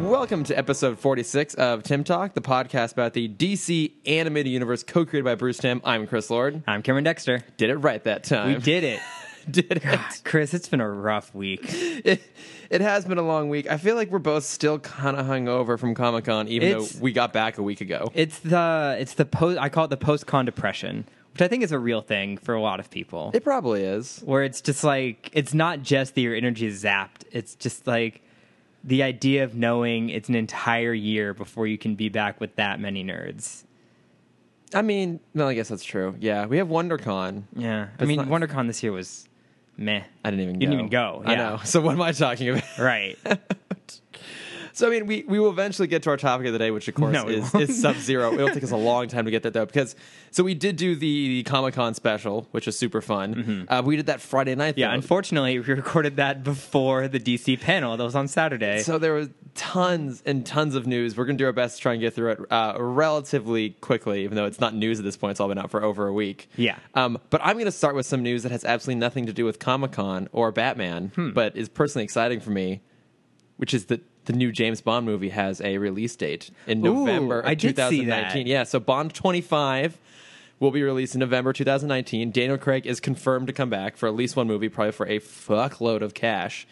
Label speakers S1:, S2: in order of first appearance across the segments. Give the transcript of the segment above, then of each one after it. S1: Welcome to episode 46 of Tim Talk, the podcast about the DC animated universe co created by Bruce Tim. I'm Chris Lord.
S2: I'm Cameron Dexter.
S1: Did it right that time.
S2: We did it.
S1: did it.
S2: Chris, it's been a rough week.
S1: it. It has been a long week. I feel like we're both still kind of hungover from Comic Con, even
S2: It's-
S1: though we got back a week ago.
S2: It's the it's the post I call it the post con depression, which I think is a real thing for a lot of people.
S1: It probably is.
S2: where it's just like it's not just that your energy is zapped, it's just like the idea of knowing it's an entire year before you can be back with that many nerds.
S1: I mean, no, I guess that's true. Yeah, we have WonderCon.
S2: Yeah. I
S1: It's
S2: mean
S1: not-
S2: WonderCon this year was meh.
S1: I didn't even
S2: You
S1: go.
S2: didn't even go,
S1: I
S2: yeah.
S1: know. So what am I talking about?
S2: Right.
S1: So I mean, we, we will eventually get to our topic of the day, which of course
S2: No, we
S1: is,
S2: won't.
S1: is Sub Zero. It'll take us a long time to get that though, because so we did do the, the Comic Con special, which was super fun. Uh, we did that Friday night.
S2: Mm-hmm. Yeah,
S1: though.
S2: unfortunately we recorded that before the DC panel that was on Saturday.
S1: So there was tons and tons of news. We're gonna do our best to try and get through it uh, relatively quickly, even though it's not news at this point. It's all been out for over a week.
S2: Yeah.
S1: Um, but I'm gonna start with some news that has absolutely nothing to do with Comic Con or Batman,
S2: Hmm.
S1: but is personally exciting for me, which is that the new James Bond movie has a release date in
S2: Ooh,
S1: November of
S2: I did see
S1: 2019.
S2: that.
S1: Yeah. So Bond 25 will be released in November 2019. Daniel Craig is confirmed to come back for at least one movie, probably for a fuckload of cash.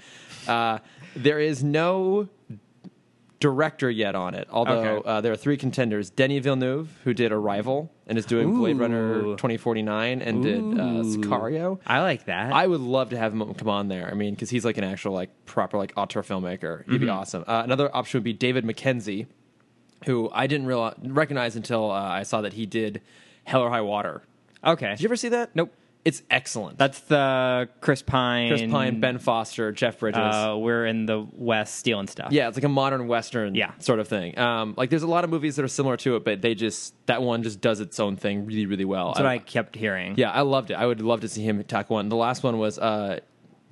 S1: Uh, there is no director yet on it, although
S2: Okay.
S1: uh, there are three contenders: Denny Villeneuve, who did Arrival and is doing Blade
S2: Ooh.
S1: Runner 2049, and did uh,
S2: Ooh.
S1: Sicario.
S2: I like that.
S1: I would love to have him come on there. I mean, because he's like an actual like proper like auteur filmmaker. He'd
S2: Mm-hmm.
S1: be awesome. Uh, another option would be David McKenzie, who I didn't realize, recognize until uh, I saw that he did Hell or High Water.
S2: okay.
S1: Did you ever see that?
S2: Nope.
S1: It's excellent.
S2: That's the Chris Pine.
S1: Chris Pine, Ben Foster, Jeff Bridges.
S2: Uh, we're in the West stealing stuff.
S1: yeah, it's like a modern western
S2: Yeah.
S1: sort of thing. Um, like there's a lot of movies that are similar to it, but they just that one just does its own thing really, really well.
S2: that's what I kept hearing.
S1: Yeah, I loved it. I would love to see him tackle one. The last one was uh,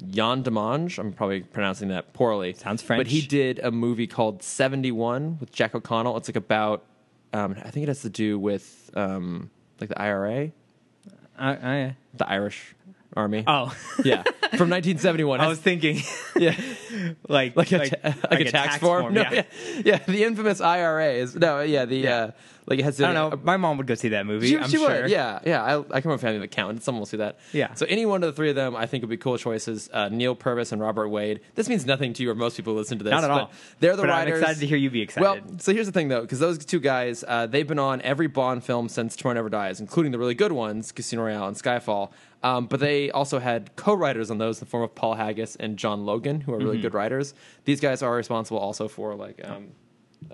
S1: Jan Demange. I'm probably pronouncing that poorly.
S2: Sounds French.
S1: But he did a movie called 71 with Jack O'Connell. It's like about, um, I think it has to do with um, like the IRA,
S2: I, I,
S1: the Irish Army.
S2: oh,
S1: Yeah, from 1971.
S2: I was thinking,
S1: yeah,
S2: like
S1: like a, ta- like a tax, form. No,
S2: yeah.
S1: yeah, yeah, the infamous IRA is no, yeah, the uh, like it has to.
S2: I don't know. My mom would go see that movie.
S1: She,
S2: I'm
S1: she
S2: sure.
S1: would. Yeah, yeah. I, I come from a family of accountants. Someone will see that.
S2: Yeah.
S1: So any one of the three of them, I think, would be cool choices. Uh, Neil Purvis and Robert Wade. This means nothing to you or most people who listen to this.
S2: Not at
S1: but
S2: all.
S1: They're the
S2: But
S1: writers.
S2: I'm excited to hear you be
S1: Well,
S2: excited.
S1: so here's the thing though, because those two guys, uh, they've been on every Bond film since Tomorrow Never Dies, including the really good ones, Casino Royale and Skyfall. Um, but they also had co-writers on those in the form of Paul Haggis and John Logan, who are really good writers. These guys are responsible also for like, um,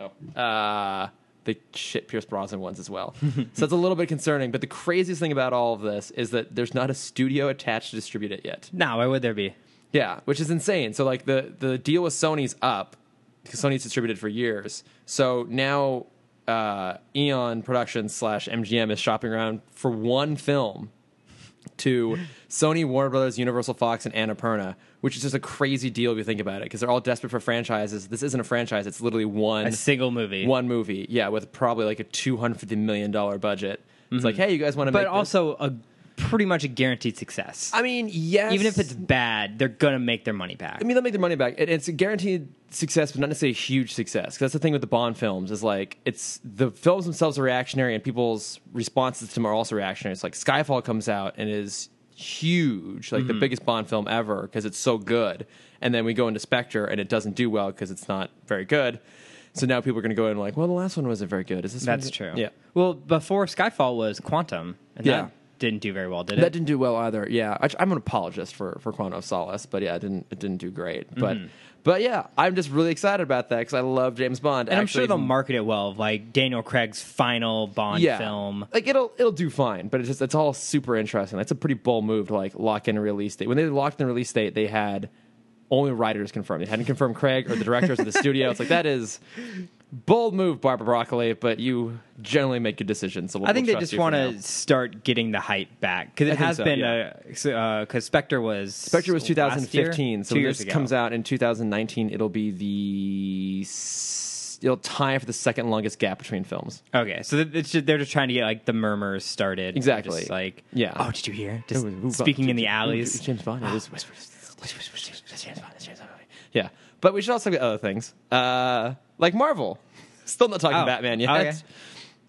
S1: oh, uh, the shit Pierce Brosnan ones as well. so that's a little bit concerning. But the craziest thing about all of this is that there's not a studio attached to distribute it yet.
S2: no, why would there be?
S1: Yeah, which is insane. So like the the deal with Sony's up because Sony's distributed for years. So now uh, Eon Productions slash MGM is shopping around for one film to Sony, Warner Brothers, Universal, Fox, and Annapurna, which is just a crazy deal if you think about it because they're all desperate for franchises. This isn't a franchise; it's literally one
S2: A single movie.
S1: one movie. Yeah, with probably like a two hundred fifty million dollar budget. It's like, hey, you guys want to make?
S2: Mm-hmm. but
S1: this?
S2: also a pretty much a guaranteed success.
S1: I mean, yes,
S2: Even if it's bad, they're gonna make their money back.
S1: I mean, they'll make their money back. It, it's a guaranteed success, but not necessarily a huge success. 'Cause that's the thing with the Bond films is like it's the films themselves are reactionary, and people's responses to them are also reactionary. It's like Skyfall comes out and is huge, like
S2: Mm-hmm.
S1: the biggest Bond film ever, because it's so good. And then we go into Spectre, and it doesn't do well because it's not very good. So now people are going to go in like, well, the last one wasn't very good. Is this one
S2: That's
S1: good?"
S2: true.
S1: Yeah.
S2: Well, before Skyfall was Quantum, and
S1: Yeah.
S2: that didn't do very well, did it?
S1: That didn't do well either. Yeah, I, I'm an apologist for for Quantum of Solace, but yeah, it didn't it didn't do great.
S2: Mm-hmm.
S1: But but yeah, I'm just really excited about that because I love James Bond.
S2: and I'm sure they'll market it well, like Daniel Craig's final Bond film.
S1: Like it'll it'll do fine, but it's just it's all super interesting. That's a pretty bold move to like lock in a release date. When they locked in a release date, they had only writers confirmed. They hadn't confirmed Craig or the directors of the studio. It's like that is bold move, Barbara Broccoli, but you generally make good decisions. So we'll,
S2: I think
S1: we'll
S2: they
S1: trust
S2: just
S1: you for
S2: want
S1: now.
S2: to start getting the hype back because
S1: I
S2: it
S1: think
S2: has
S1: so,
S2: been
S1: yeah.
S2: because Spectre was
S1: Spectre was
S2: last
S1: 2015,
S2: year?
S1: so
S2: two
S1: when
S2: years
S1: this
S2: ago.
S1: comes out in 2019, it'll be the s- it'll tie for the second longest gap between films.
S2: Okay, so th- it's just, they're just trying to get like the murmurs started.
S1: Exactly.
S2: Just, like
S1: Yeah.
S2: Oh, did you hear? Just
S1: Ooh, ooh,
S2: speaking in
S1: ooh,
S2: the
S1: ooh,
S2: alleys.
S1: James Bond. it is- whisper, whisper, whisper, whisper, whisper, James Bond, it's James Bond. Yeah, But we should also get other things, uh, like Marvel. Still not talking
S2: Oh,
S1: Batman yet.
S2: okay.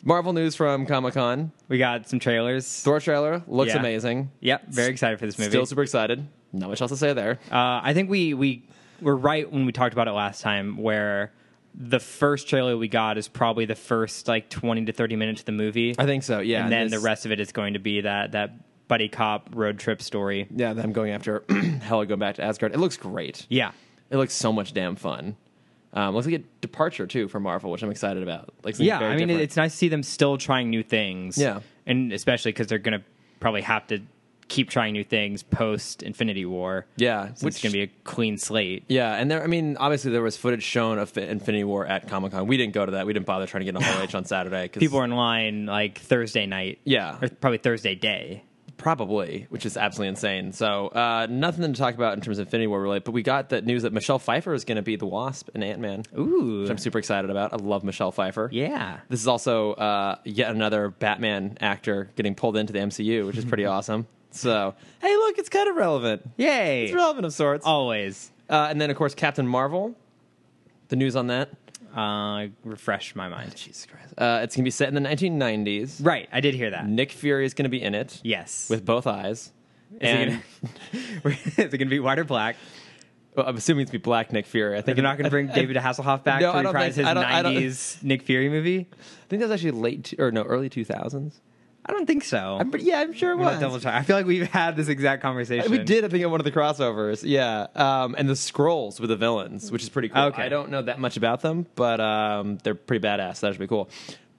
S1: Marvel news from Comic Con.
S2: We got some trailers.
S1: Thor trailer looks
S2: Yeah.
S1: amazing.
S2: Yep, very excited for this movie.
S1: Still super excited. Not much else to say there.
S2: Uh, I think we we were right when we talked about it last time, where the first trailer we got is probably the first like twenty to thirty minutes of the movie,
S1: I think so. Yeah.
S2: and then the
S1: this-
S2: rest of it is going to be that that buddy cop road trip story.
S1: Yeah, them going after Hela going back to Asgard. It looks great.
S2: Yeah,
S1: It looks so much damn fun. Um, looks like a departure too for Marvel, which I'm excited about. Like something
S2: yeah.
S1: very
S2: I mean,
S1: different.
S2: it's nice to see them still trying new things.
S1: Yeah.
S2: and especially because they're going to probably have to keep trying new things post Infinity War.
S1: Yeah,
S2: since
S1: which-
S2: it's going to be a clean slate.
S1: yeah, and there. I mean, obviously there was footage shown of Fi- Infinity War at Comic Con. We didn't go to that. We didn't bother trying to get on Hall H on Saturday because
S2: People are in line like Thursday night.
S1: Yeah.
S2: or probably Thursday day.
S1: probably, which is absolutely insane. So uh, nothing to talk about in terms of Infinity War related. But we got that news that Michelle Pfeiffer is going to be the Wasp in Ant Man, which
S2: Ooh,
S1: I'm super excited about. I love Michelle Pfeiffer.
S2: yeah.
S1: This is also uh, yet another Batman actor getting pulled into the MCU, which is pretty awesome. So, hey, look, it's kind of relevant.
S2: Yay!
S1: It's relevant of sorts. Uh,
S2: Always.
S1: and then, of course, Captain Marvel. The news on that.
S2: Uh, refresh my mind.
S1: Jesus Christ. Uh, it's going to be set in the 1990s.
S2: Right, I did hear that.
S1: Nick Fury is going to be in it
S2: Yes.
S1: with both eyes.
S2: is,
S1: and
S2: it gonna, is it gonna be white or black?
S1: well, I'm assuming it's going to be Black Nick Fury. I think
S2: They're not gonna bring David Hasselhoff back
S1: No,
S2: to
S1: I don't
S2: reprise
S1: think- I
S2: his
S1: don't- I don't-
S2: '90s Nick Fury movie.
S1: I think that was actually late t- or no, early 2000s.
S2: I don't think so.
S1: I'm, pretty- yeah, I'm sure it
S2: I'm gonna
S1: was.
S2: double check. I feel like we've had this exact conversation.
S1: We did, I think, at one of the crossovers. Yeah. Um, and the scrolls were the villains, which is pretty cool.
S2: Okay.
S1: I don't know that much about them, but um, they're pretty badass. So that should be cool.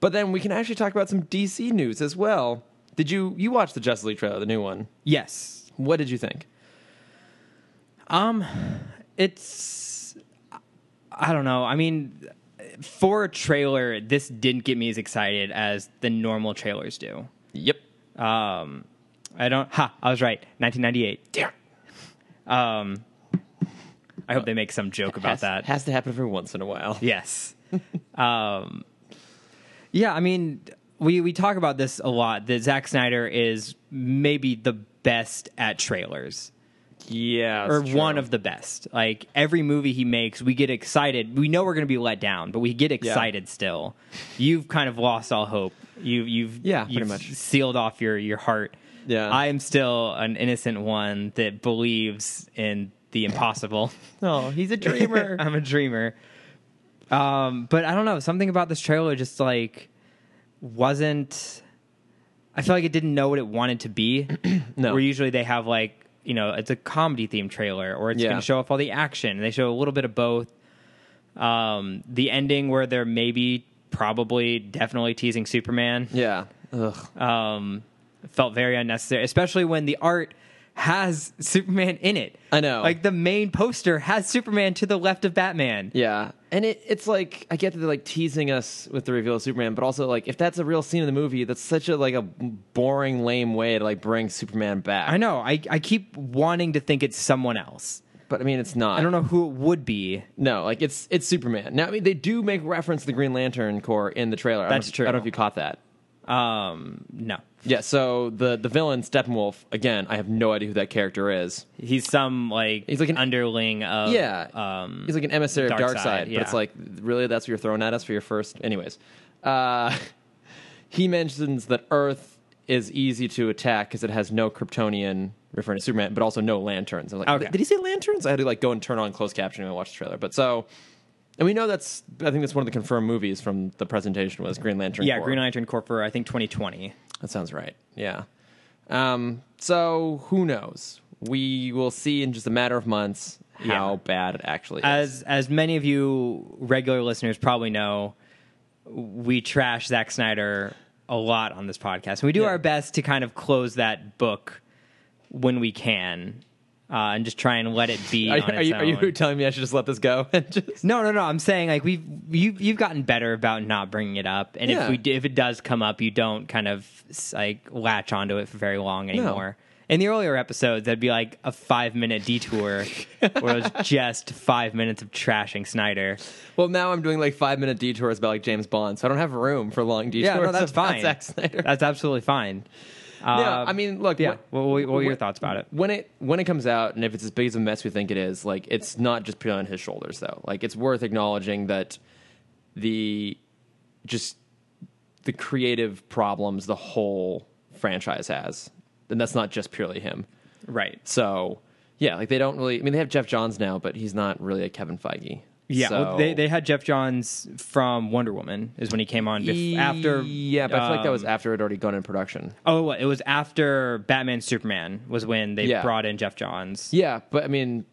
S1: But then we can actually talk about some DC news as well. Did you you watch the Justice League trailer, the new one?
S2: Yes.
S1: What did you think?
S2: Um, it's. I don't know. I mean, for a trailer, this didn't get me as excited as the normal trailers do.
S1: Yep.
S2: Um, I don't. Ha! I was right. 1998.
S1: Damn.
S2: Um, I hope they make some joke about
S1: has,
S2: that.
S1: has to happen every once in a while.
S2: yes. um, yeah, I mean, we we talk about this a lot. That Zack Snyder is maybe the best at trailers,
S1: Yeah.
S2: or one of the best. Like every movie he makes, we get excited. We know we're going to be let down, but we get excited still. You've kind of lost all hope. You you've
S1: Yeah, pretty
S2: you've
S1: much.
S2: sealed off your your heart.
S1: Yeah.
S2: I am still an innocent one that believes in the impossible.
S1: Oh, he's a dreamer.
S2: I'm a dreamer. Um, but I don't know. Something about this trailer just like wasn't. I feel like it didn't know what it wanted to be.
S1: No.
S2: Where usually they have like you know it's a comedy themed trailer or it's
S1: Yeah.
S2: going to show off all the action. They show a little bit of both. Um, the ending where they're maybe, probably, definitely teasing Superman
S1: yeah. Ugh.
S2: um, felt very unnecessary, especially when the art has Superman in it.
S1: I know.
S2: Like the main poster has Superman to the left of Batman.
S1: Yeah, and it, it's like I get that they're like teasing us with the reveal of Superman, but also like if that's a real scene in the movie, that's such a like a boring, lame way to like bring Superman back.
S2: I know. I, I keep wanting to think it's someone else.
S1: but I mean it's not.
S2: I don't know who it would be.
S1: No, like it's it's Superman. Now I mean they do make reference to the Green Lantern Corps in the trailer. I don't know
S2: That's
S1: if-
S2: true.
S1: I don't know if you caught that.
S2: Um, no.
S1: Yeah, so the the villain Steppenwolf again. I have no idea who that character is.
S2: He's some like
S1: He's like an-
S2: underling of
S1: Yeah,
S2: um
S1: he's like an emissary of
S2: Darkseid,
S1: Darkseid. But it's
S2: yeah.
S1: like really that's what you're throwing at us for your first. Anyways, uh, he mentions that Earth is easy to attack because it has no Kryptonian referring to Superman, but also no lanterns. I'm like,
S2: Okay.
S1: did he say lanterns? I had to like go and turn on closed captioning and watch the trailer. But so. And we know that's. I think that's one of the confirmed movies from the presentation was Green Lantern.
S2: yeah,
S1: Corps.
S2: Green Lantern Corps for I think 2020.
S1: That sounds right. Yeah. Um, so who knows? We will see in just a matter of months how
S2: Yeah.
S1: bad it actually is.
S2: As as many of you regular listeners probably know, we trash Zack Snyder a lot on this podcast, and we do
S1: Yeah.
S2: our best to kind of close that book when we can, uh, and just try and let it be.
S1: Are,
S2: on
S1: you- are
S2: its
S1: you, are you
S2: own.
S1: telling me I should just let this go? And just
S2: No, no, no. I'm saying like we've you you've gotten better about not bringing it up, and
S1: Yeah.
S2: if we do- if it does come up, you don't kind of s- like latch onto it for very long anymore. In the earlier episodes, that'd be like a five minute detour where it was just five minutes of trashing Snyder.
S1: well, now I'm doing like five minute detours about like James Bond, so I don't have room for long detours.
S2: Yeah, no, that's
S1: about
S2: fine.
S1: Zack Snyder.
S2: That's absolutely fine. Um,
S1: Um, yeah, I mean, look,
S2: yeah.
S1: what-
S2: What, what, what were your
S1: what-
S2: thoughts about it?
S1: when it when it comes out and if it's as big as a mess we think it is like it's not just put on his shoulders though like it's worth acknowledging that the just the creative problems the whole franchise has and that's not just purely him
S2: Right.
S1: so yeah like they don't really i mean they have jeff johns now but he's not really a kevin feige
S2: Yeah, well,
S1: So-
S2: they they had Jeff Johns from Wonder Woman is when he came on bef- after.
S1: yeah but i feel like that was
S2: um,
S1: after it had already gone in production
S2: Oh, it was after Batman Superman was when they
S1: Yeah.
S2: brought in Jeff Johns.
S1: Yeah, but I mean,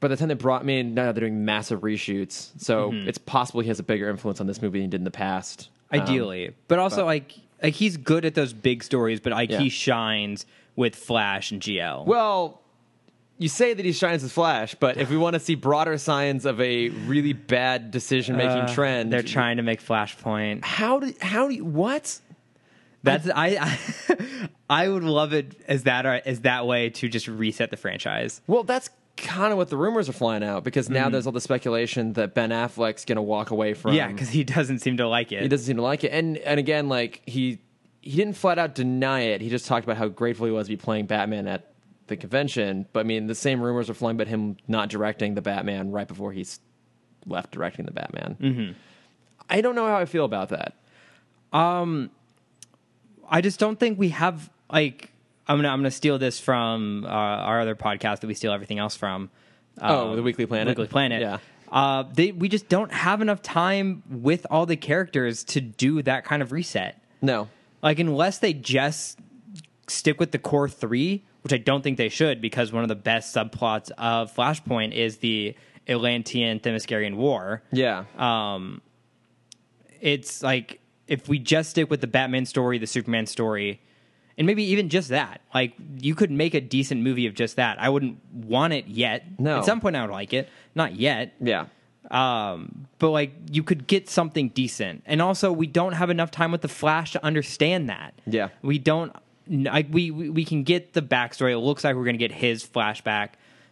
S1: by the time they brought me in, now they're doing massive reshoots, so
S2: Mm-hmm.
S1: it's possible he has a bigger influence on this movie than he did in the past. Um,
S2: ideally, but also like like he's good at those big stories, but like
S1: Yeah.
S2: he shines with Flash and GL.
S1: well, you say that he shines as Flash, but if we want to see broader signs of a really bad decision making
S2: Uh,
S1: trend,
S2: They're trying to make Flashpoint.
S1: How do how do you, what?
S2: That's I I, I would love it as that as that way to just reset the franchise.
S1: Well, that's kind of what the rumors are flying out because now there's all the speculation that Ben Affleck's going to walk away from.
S2: yeah, because he doesn't seem to like it.
S1: he doesn't seem to like it. And and again, like he he didn't flat out deny it. He just talked about how grateful he was to be playing Batman at the convention. But I mean, the same rumors are flying about him not directing the Batman right before he's left directing the Batman. Mm-hmm. I don't know how I feel about that.
S2: I just don't think we have like I'm gonna I'm gonna steal this from uh, our other podcast that we steal everything else from.
S1: Oh,
S2: um,
S1: the Weekly Planet?
S2: Weekly Planet.
S1: Yeah.
S2: Uh, they we just don't have enough time with all the characters to do that kind of reset.
S1: No,
S2: Like unless they just stick with the core three, which I don't think they should, because one of the best subplots of Flashpoint is the Atlantean Themyscirian War
S1: yeah,
S2: it's like if we just stick with the Batman story, the Superman story, and maybe even just that, like you could make a decent movie of just that. I wouldn't want it yet.
S1: No.
S2: At some point I would like it. Not yet.
S1: yeah.
S2: Um, but like you could get something decent. And also we don't have enough time with the Flash to understand that.
S1: Yeah.
S2: We don't like we we we can get the backstory. It looks like we're going to get his flashback.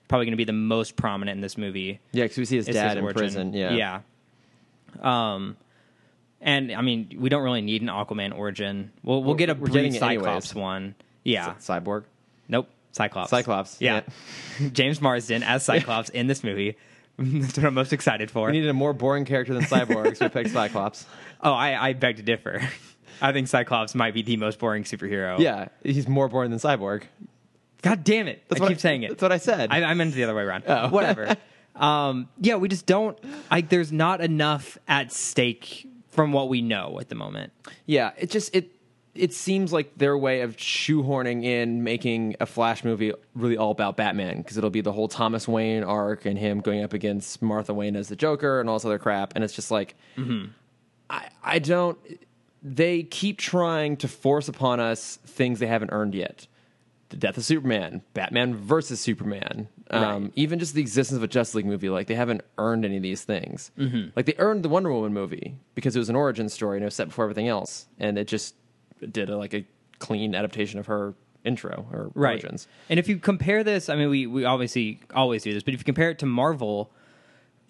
S2: Probably going to be the most prominent in this movie
S1: Yeah, because we see his
S2: is
S1: dad
S2: his
S1: in
S2: origin.
S1: prison. Yeah,
S2: yeah. Um, and I mean, we don't really need an Aquaman origin. We'll we'll get a
S1: We're- we're getting
S2: brief
S1: it anyways.
S2: Cyclops one. Yeah.
S1: Cy- cyborg.
S2: nope. Cyclops.
S1: Cyclops,
S2: Yeah. James Marsden as Cyclops in this movie. That's what I'm most excited for.
S1: We needed a more boring character than Cyborg, so we picked Cyclops.
S2: oh, I, I beg to differ. I think Cyclops might be the most boring superhero.
S1: Yeah, he's more boring than Cyborg.
S2: God damn it. I
S1: what
S2: keep saying it.
S1: That's what I said. Oh.
S2: I, I meant the other way around. Whatever. um, yeah, we just don't like. There's not enough at stake from what we know at the moment.
S1: Yeah, it just it it seems like their way of shoehorning in making a Flash movie really all about Batman because it'll be the whole Thomas Wayne arc and him going up against Martha Wayne as the Joker and all this other crap, and it's just like I I don't. They keep trying to force upon us things they haven't earned yet. The death of Superman, Batman versus Superman, um,
S2: Right.
S1: even just the existence of a Justice League movie, like they haven't earned any of these things. Mm-hmm. Like they earned the Wonder Woman movie because it was an origin story and it was set before everything else, and it just did a, like a clean adaptation of her intro or origins.
S2: And if you compare this, I mean, we, we obviously always do this, but if you compare it to Marvel,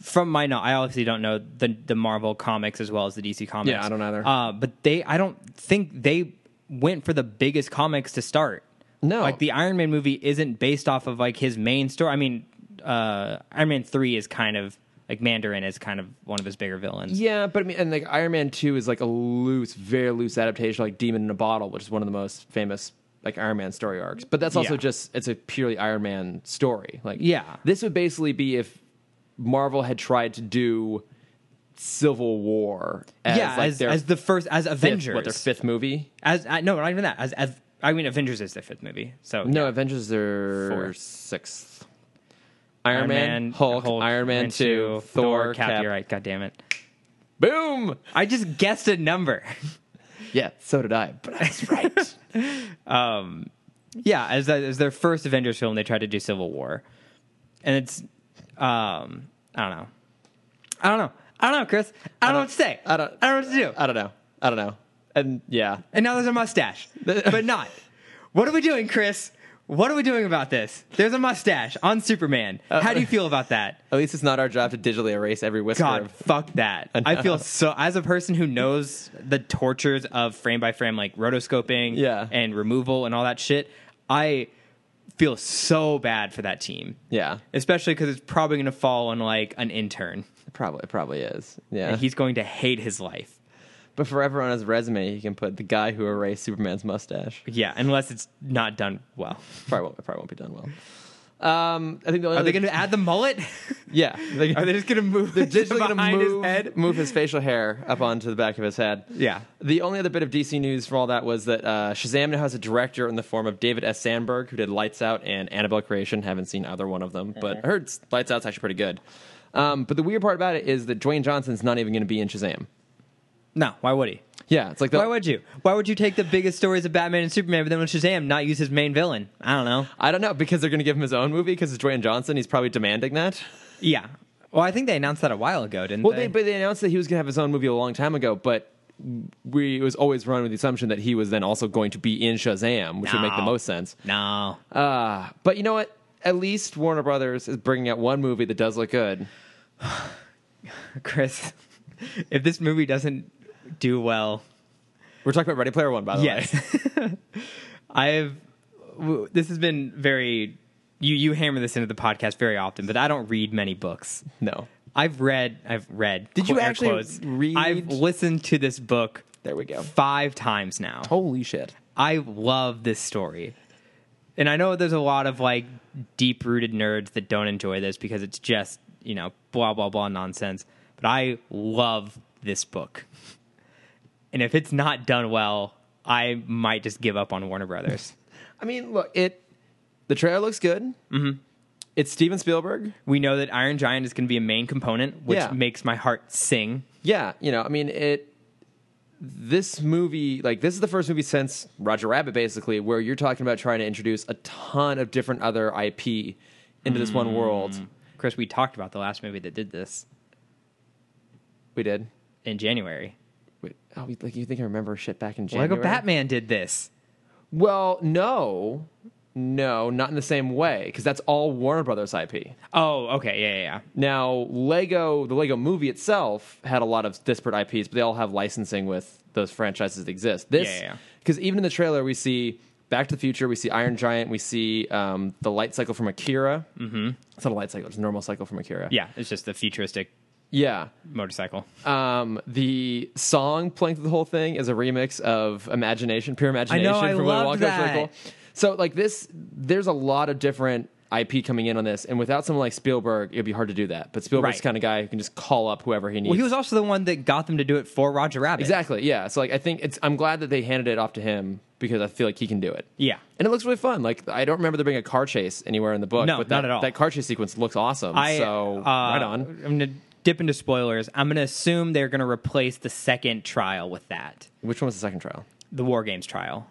S2: from my know, I obviously don't know the the Marvel comics as well as the DC comics.
S1: Yeah, I don't either.
S2: Uh, but they, I don't think they went for the biggest comics to start.
S1: No.
S2: like the Iron Man movie isn't based off of like his main story. I mean, uh, Iron Man three is kind of like Mandarin is kind of one of his bigger villains.
S1: Yeah, but I mean, and like Iron Man Two is like a loose, very loose adaptation, like Demon in a Bottle, which is one of the most famous like Iron Man story arcs. But that's also
S2: Yeah.
S1: just it's a purely Iron Man story. Like,
S2: Yeah.
S1: this would basically be if Marvel had tried to do Civil War, as,
S2: yeah,
S1: like,
S2: as,
S1: their
S2: as the first as
S1: fifth,
S2: Avengers,
S1: what their fifth movie.
S2: as I, no, not even that. As, as I mean, Avengers is the fifth movie. So
S1: No, Avengers is their
S2: Fourth.
S1: sixth. Iron, Man, Hulk, Iron Man, 2, Thor, Cap.
S2: You're right. God damn it.
S1: Boom!
S2: I just guessed a number.
S1: Yeah, so did I, but I was right.
S2: yeah, as, as their first Avengers film, they tried to do Civil War, and it's um, I don't know, I don't know, I don't know, Chris. I don't, know what to say.
S1: I don't-
S2: I don't know what to do.
S1: I don't know. I don't know. And yeah,
S2: and now there's a mustache, but not. What are we doing, Chris? What are we doing about this? There's a mustache on Superman. How
S1: Uh,
S2: do you feel about that?
S1: At least it's not our job to digitally erase every whisper.
S2: God,
S1: of-
S2: fuck that. I feel so as a person who knows the tortures of frame by frame like rotoscoping
S1: Yeah.
S2: and removal and all that shit, I feel so bad for that team.
S1: yeah,
S2: Especially cuz it's probably going to fall on like an intern
S1: it probably it probably is. Yeah,
S2: and he's going to hate his life.
S1: but forever on his resume, he can put the guy who erased Superman's mustache.
S2: Yeah, unless it's not done well.
S1: Probably won't, it probably won't be done well. Um, I think the only
S2: Are they
S1: other-
S2: going to add the mullet?
S1: yeah, they,
S2: Are they just going to move the
S1: digitally
S2: digitally
S1: gonna
S2: behind
S1: move,
S2: his head?
S1: move his facial hair up onto the back of his head.
S2: Yeah.
S1: The only other bit of DC news from all that was that uh, Shazam now has a director in the form of David S. Sandberg, who did Lights Out and Annabelle Creation. Haven't seen either one of them, but I heard Lights Out's actually pretty good. Um, but the weird part about it is that Dwayne Johnson's not even going to be in Shazam.
S2: No, why would he?
S1: Yeah, it's like the,
S2: Why would you? Why would you take the biggest stories of Batman and Superman, but then with Shazam, not use his main villain? I don't know.
S1: I don't know because they're going to give him his own movie because it's Dwayne Johnson. He's probably demanding that.
S2: Yeah. Well, I think they announced that a while ago, didn't
S1: Well, they,
S2: they?
S1: but they announced that he was going to have his own movie a long time ago, but we it was always run with the assumption that he was then also going to be in Shazam, which would make the
S2: No.
S1: most sense.
S2: no.
S1: Uh, but you know what? At least Warner Brothers is bringing out one movie that does look good.
S2: Chris, if this movie doesn't do well,
S1: We're talking about Ready Player One, by the
S2: yes.
S1: way.
S2: I've. w- This has been very. You, you hammer this into the podcast very often, but I don't read many books.
S1: No.
S2: I've read. I've read.
S1: Did you
S2: air
S1: actually read-
S2: I've listened to this book
S1: There we go.
S2: five times now.
S1: Holy shit.
S2: I love this story. And I know there's a lot of like deep rooted nerds that don't enjoy this because it's just, you know, blah, blah, blah nonsense. But I love this book. And if it's not done well, I might just give up on Warner Brothers.
S1: I mean, look, it. The trailer looks good. Mm-hmm. It's Steven Spielberg.
S2: we know that Iron Giant is going to be a main component, which
S1: Yeah.
S2: makes my heart sing.
S1: Yeah, you know, I mean, it. This movie, like, this is the first movie since Roger Rabbit, basically, where you're talking about trying to introduce a ton of different other IP into this one world.
S2: Chris, we talked about the last movie that did this
S1: We did.
S2: in January.
S1: Wait, oh, we- like you think I remember shit back in January?
S2: Lego Batman did this.
S1: Well, no, no, not in the same way because that's all Warner Brothers IP.
S2: Oh, okay. Yeah, yeah, yeah.
S1: Now, Lego, the Lego movie itself had a lot of disparate IPs, but they all have licensing with those franchises that exist. This,
S2: Yeah, yeah, yeah.
S1: because even in the trailer, we see Back to the Future, we see Iron Giant, we see um, the light cycle from Akira. Mm-hmm. It's not a light cycle; it's a normal cycle from Akira.
S2: Yeah, it's just the futuristic
S1: yeah.
S2: motorcycle.
S1: Um, the song playing through the whole thing is a remix of "Imagination," pure imagination
S2: I
S1: from Willy
S2: loved
S1: Wonka. It's really
S2: that.
S1: cool. So, like this, there's a lot of different IP coming in on this, and without someone like Spielberg, it'd be hard to do that. But Spielberg's
S2: Right.
S1: the kind of guy who can just call up whoever he needs.
S2: Well, he was also the one that got them to do it for Roger Rabbit.
S1: exactly, yeah. So, like, I think it's. I'm glad that they handed it off to him because I feel like he can do it.
S2: Yeah.
S1: And it looks really fun. Like I don't remember there being a car chase anywhere in the book.
S2: No,
S1: but that,
S2: not at all.
S1: That car chase sequence looks awesome.
S2: I,
S1: so
S2: uh,
S1: right on.
S2: I'm gonna dip into spoilers. I'm gonna assume they're gonna replace the second trial with that,
S1: Which one was the second trial?
S2: the War Games trial,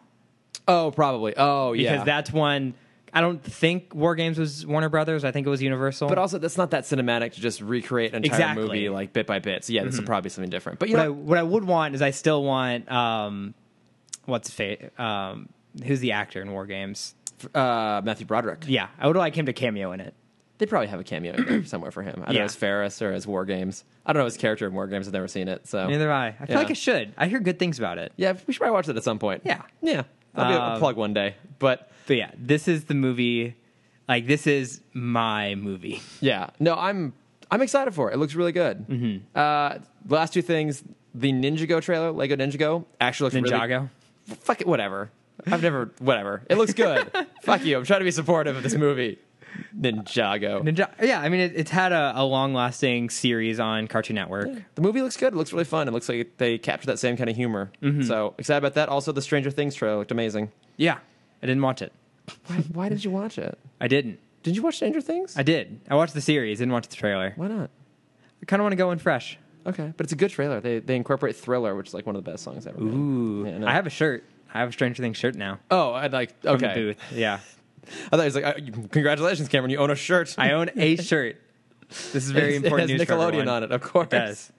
S1: Oh, probably. Oh, yeah.
S2: because that's one. I don't think War Games was Warner Brothers. I think it was Universal.
S1: But also, that's not that cinematic to just recreate an entire
S2: Exactly. Mm-hmm.
S1: movie like bit by bit. So yeah, this will probably be something different. But you
S2: what I,
S1: know,
S2: what I would want is I still want um, what's fa- um, who's the actor in War Games?
S1: uh, Matthew Broderick,
S2: Yeah, I would like him to cameo in it.
S1: they probably have a cameo in there somewhere for him. I don't know
S2: Yeah.
S1: as Ferris or as War Games. I don't know his character in War Games. I've never seen it. So
S2: Neither have I. I feel
S1: Yeah.
S2: like I should. I hear good things about it.
S1: yeah, we should probably watch that at some point.
S2: Yeah.
S1: yeah. That'll be a- a
S2: Um,
S1: plug one day. But
S2: But yeah, this is the movie. Like this is my movie.
S1: yeah, no, I'm I'm excited for it. It looks really good. Mm-hmm. Uh, last two things: the Ninjago trailer, Lego Ninjago, actually looks really
S2: Ninjago.
S1: fuck it, whatever. I've never, whatever. It looks good. fuck you. I'm trying to be supportive of this movie. Ninjago.
S2: Ninja- yeah, I mean it, it's had a, a long lasting series on Cartoon Network.
S1: The movie looks good. It looks really fun. It looks like they capture that same kind of humor. So excited about that. Also, the Stranger Things trailer looked amazing.
S2: Yeah, I didn't watch it.
S1: Why, why did you watch it?
S2: I didn't.
S1: Did you watch Stranger Things?
S2: I did. I watched the series. Didn't watch the trailer.
S1: why not?
S2: I kind of want to go in fresh.
S1: Okay, but it's a good trailer. They they incorporate Thriller, which is like one of the best songs ever. made.
S2: Ooh,
S1: Yeah, no.
S2: I have a shirt. I have a Stranger Things shirt now.
S1: Oh, I like
S2: From the
S1: okay.
S2: booth. Yeah,
S1: I thought he was like, uh, congratulations, Cameron. You own a shirt.
S2: I own a shirt. This is very
S1: It has
S2: important news for
S1: Nickelodeon
S2: everyone.
S1: on it, of course.
S2: It does.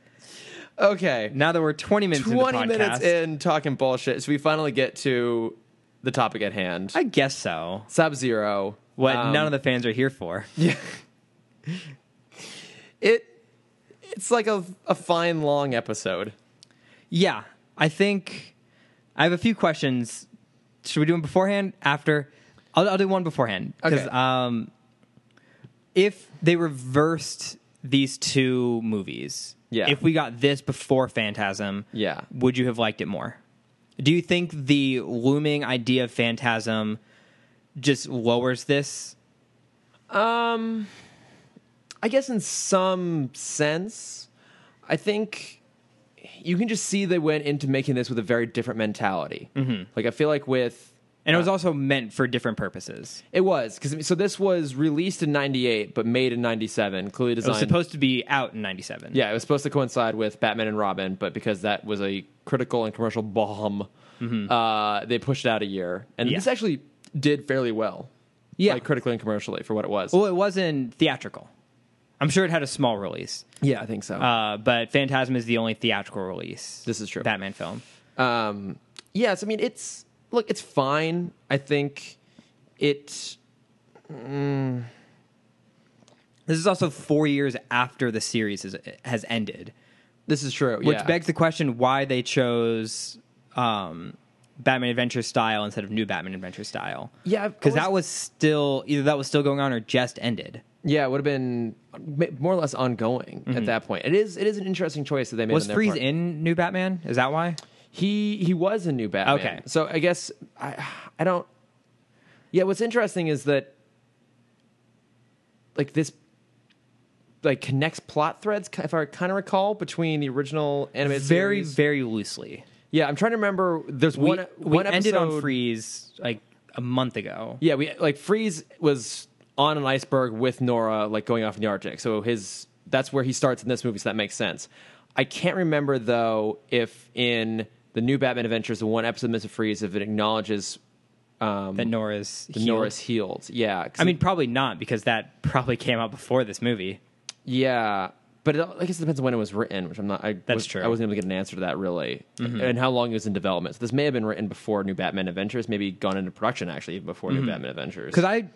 S1: Okay.
S2: Now that we're 20 minutes
S1: 20
S2: into the podcast,
S1: minutes in talking bullshit. So we finally get to the topic at hand.
S2: I guess so.
S1: Sub Zero. Um,
S2: What none of the fans are here for.
S1: it it's like a a fine long episode.
S2: Yeah, I think I have a few questions. Should we do them beforehand? After? I'll, I'll do one beforehand. 'cause,
S1: Okay.
S2: Um, if they reversed these two movies,
S1: Yeah.
S2: If we got this before Phantasm,
S1: Yeah.
S2: would you have liked it more? Do you think the looming idea of Phantasm just lowers this?
S1: I guess in some sense, I think you can just see they went into making this with a very different mentality. Mm-hmm. Like I feel like with
S2: And it was also meant for different purposes.
S1: it was because so this was released in '98 but made in '97. Clearly
S2: It was
S1: designed.
S2: supposed to be out in '97.
S1: yeah, it was supposed to coincide with Batman and Robin, but because that was a critical and commercial bomb, uh, they pushed it out a year. And
S2: Yeah.
S1: this actually did fairly well.
S2: Yeah.
S1: like critically and commercially for what it was.
S2: Well, it wasn't theatrical. I'm sure it had a small release,
S1: yeah, I think so.
S2: uh, but Phantasm is the only theatrical release.
S1: This is true.
S2: Batman film.
S1: Um, yes, I mean it's look, it's fine. I think it.
S2: This is also four years after the series has, has ended,
S1: This is true.
S2: which
S1: yeah.
S2: begs the question why they chose um, Batman Adventure style instead of New Batman Adventure style.
S1: Yeah, I've
S2: because that
S1: always-
S2: was still either that was still going on or just ended.
S1: yeah, it would have been ma- more or less ongoing at that point. It is. It is an interesting choice that they made.
S2: Was
S1: on their
S2: Freeze
S1: part.
S2: in New Batman? Is that why?
S1: He he was a new Batman.
S2: Okay.
S1: so I guess I I don't. Yeah, what's interesting is that like this like connects plot threads if I kind of recall between the original animated
S2: Very,
S1: series.
S2: very loosely.
S1: yeah I'm trying to remember there's
S2: We,
S1: one
S2: we
S1: one
S2: ended on
S1: episode-
S2: Freeze like a month ago.
S1: Yeah, we like Freeze was on an iceberg with Nora, like going off in the Arctic. So his that's where he starts in this movie. So that makes sense. I can't remember though if in the new Batman Adventures, the one episode of Mr. Freeze, if it acknowledges um,
S2: That Norris.
S1: the Nora's healed. Yeah, 'cause
S2: I mean, probably not because that probably came out before this movie.
S1: Yeah, but it, I guess it depends on when it was written, which I'm not. I That's
S2: true. Mm-hmm.
S1: I wasn't able to get an answer to that really, and how long it was in development. So this may have been written before New Batman Adventures, maybe gone into production actually even before New Batman Adventures.
S2: Because Mm-hmm.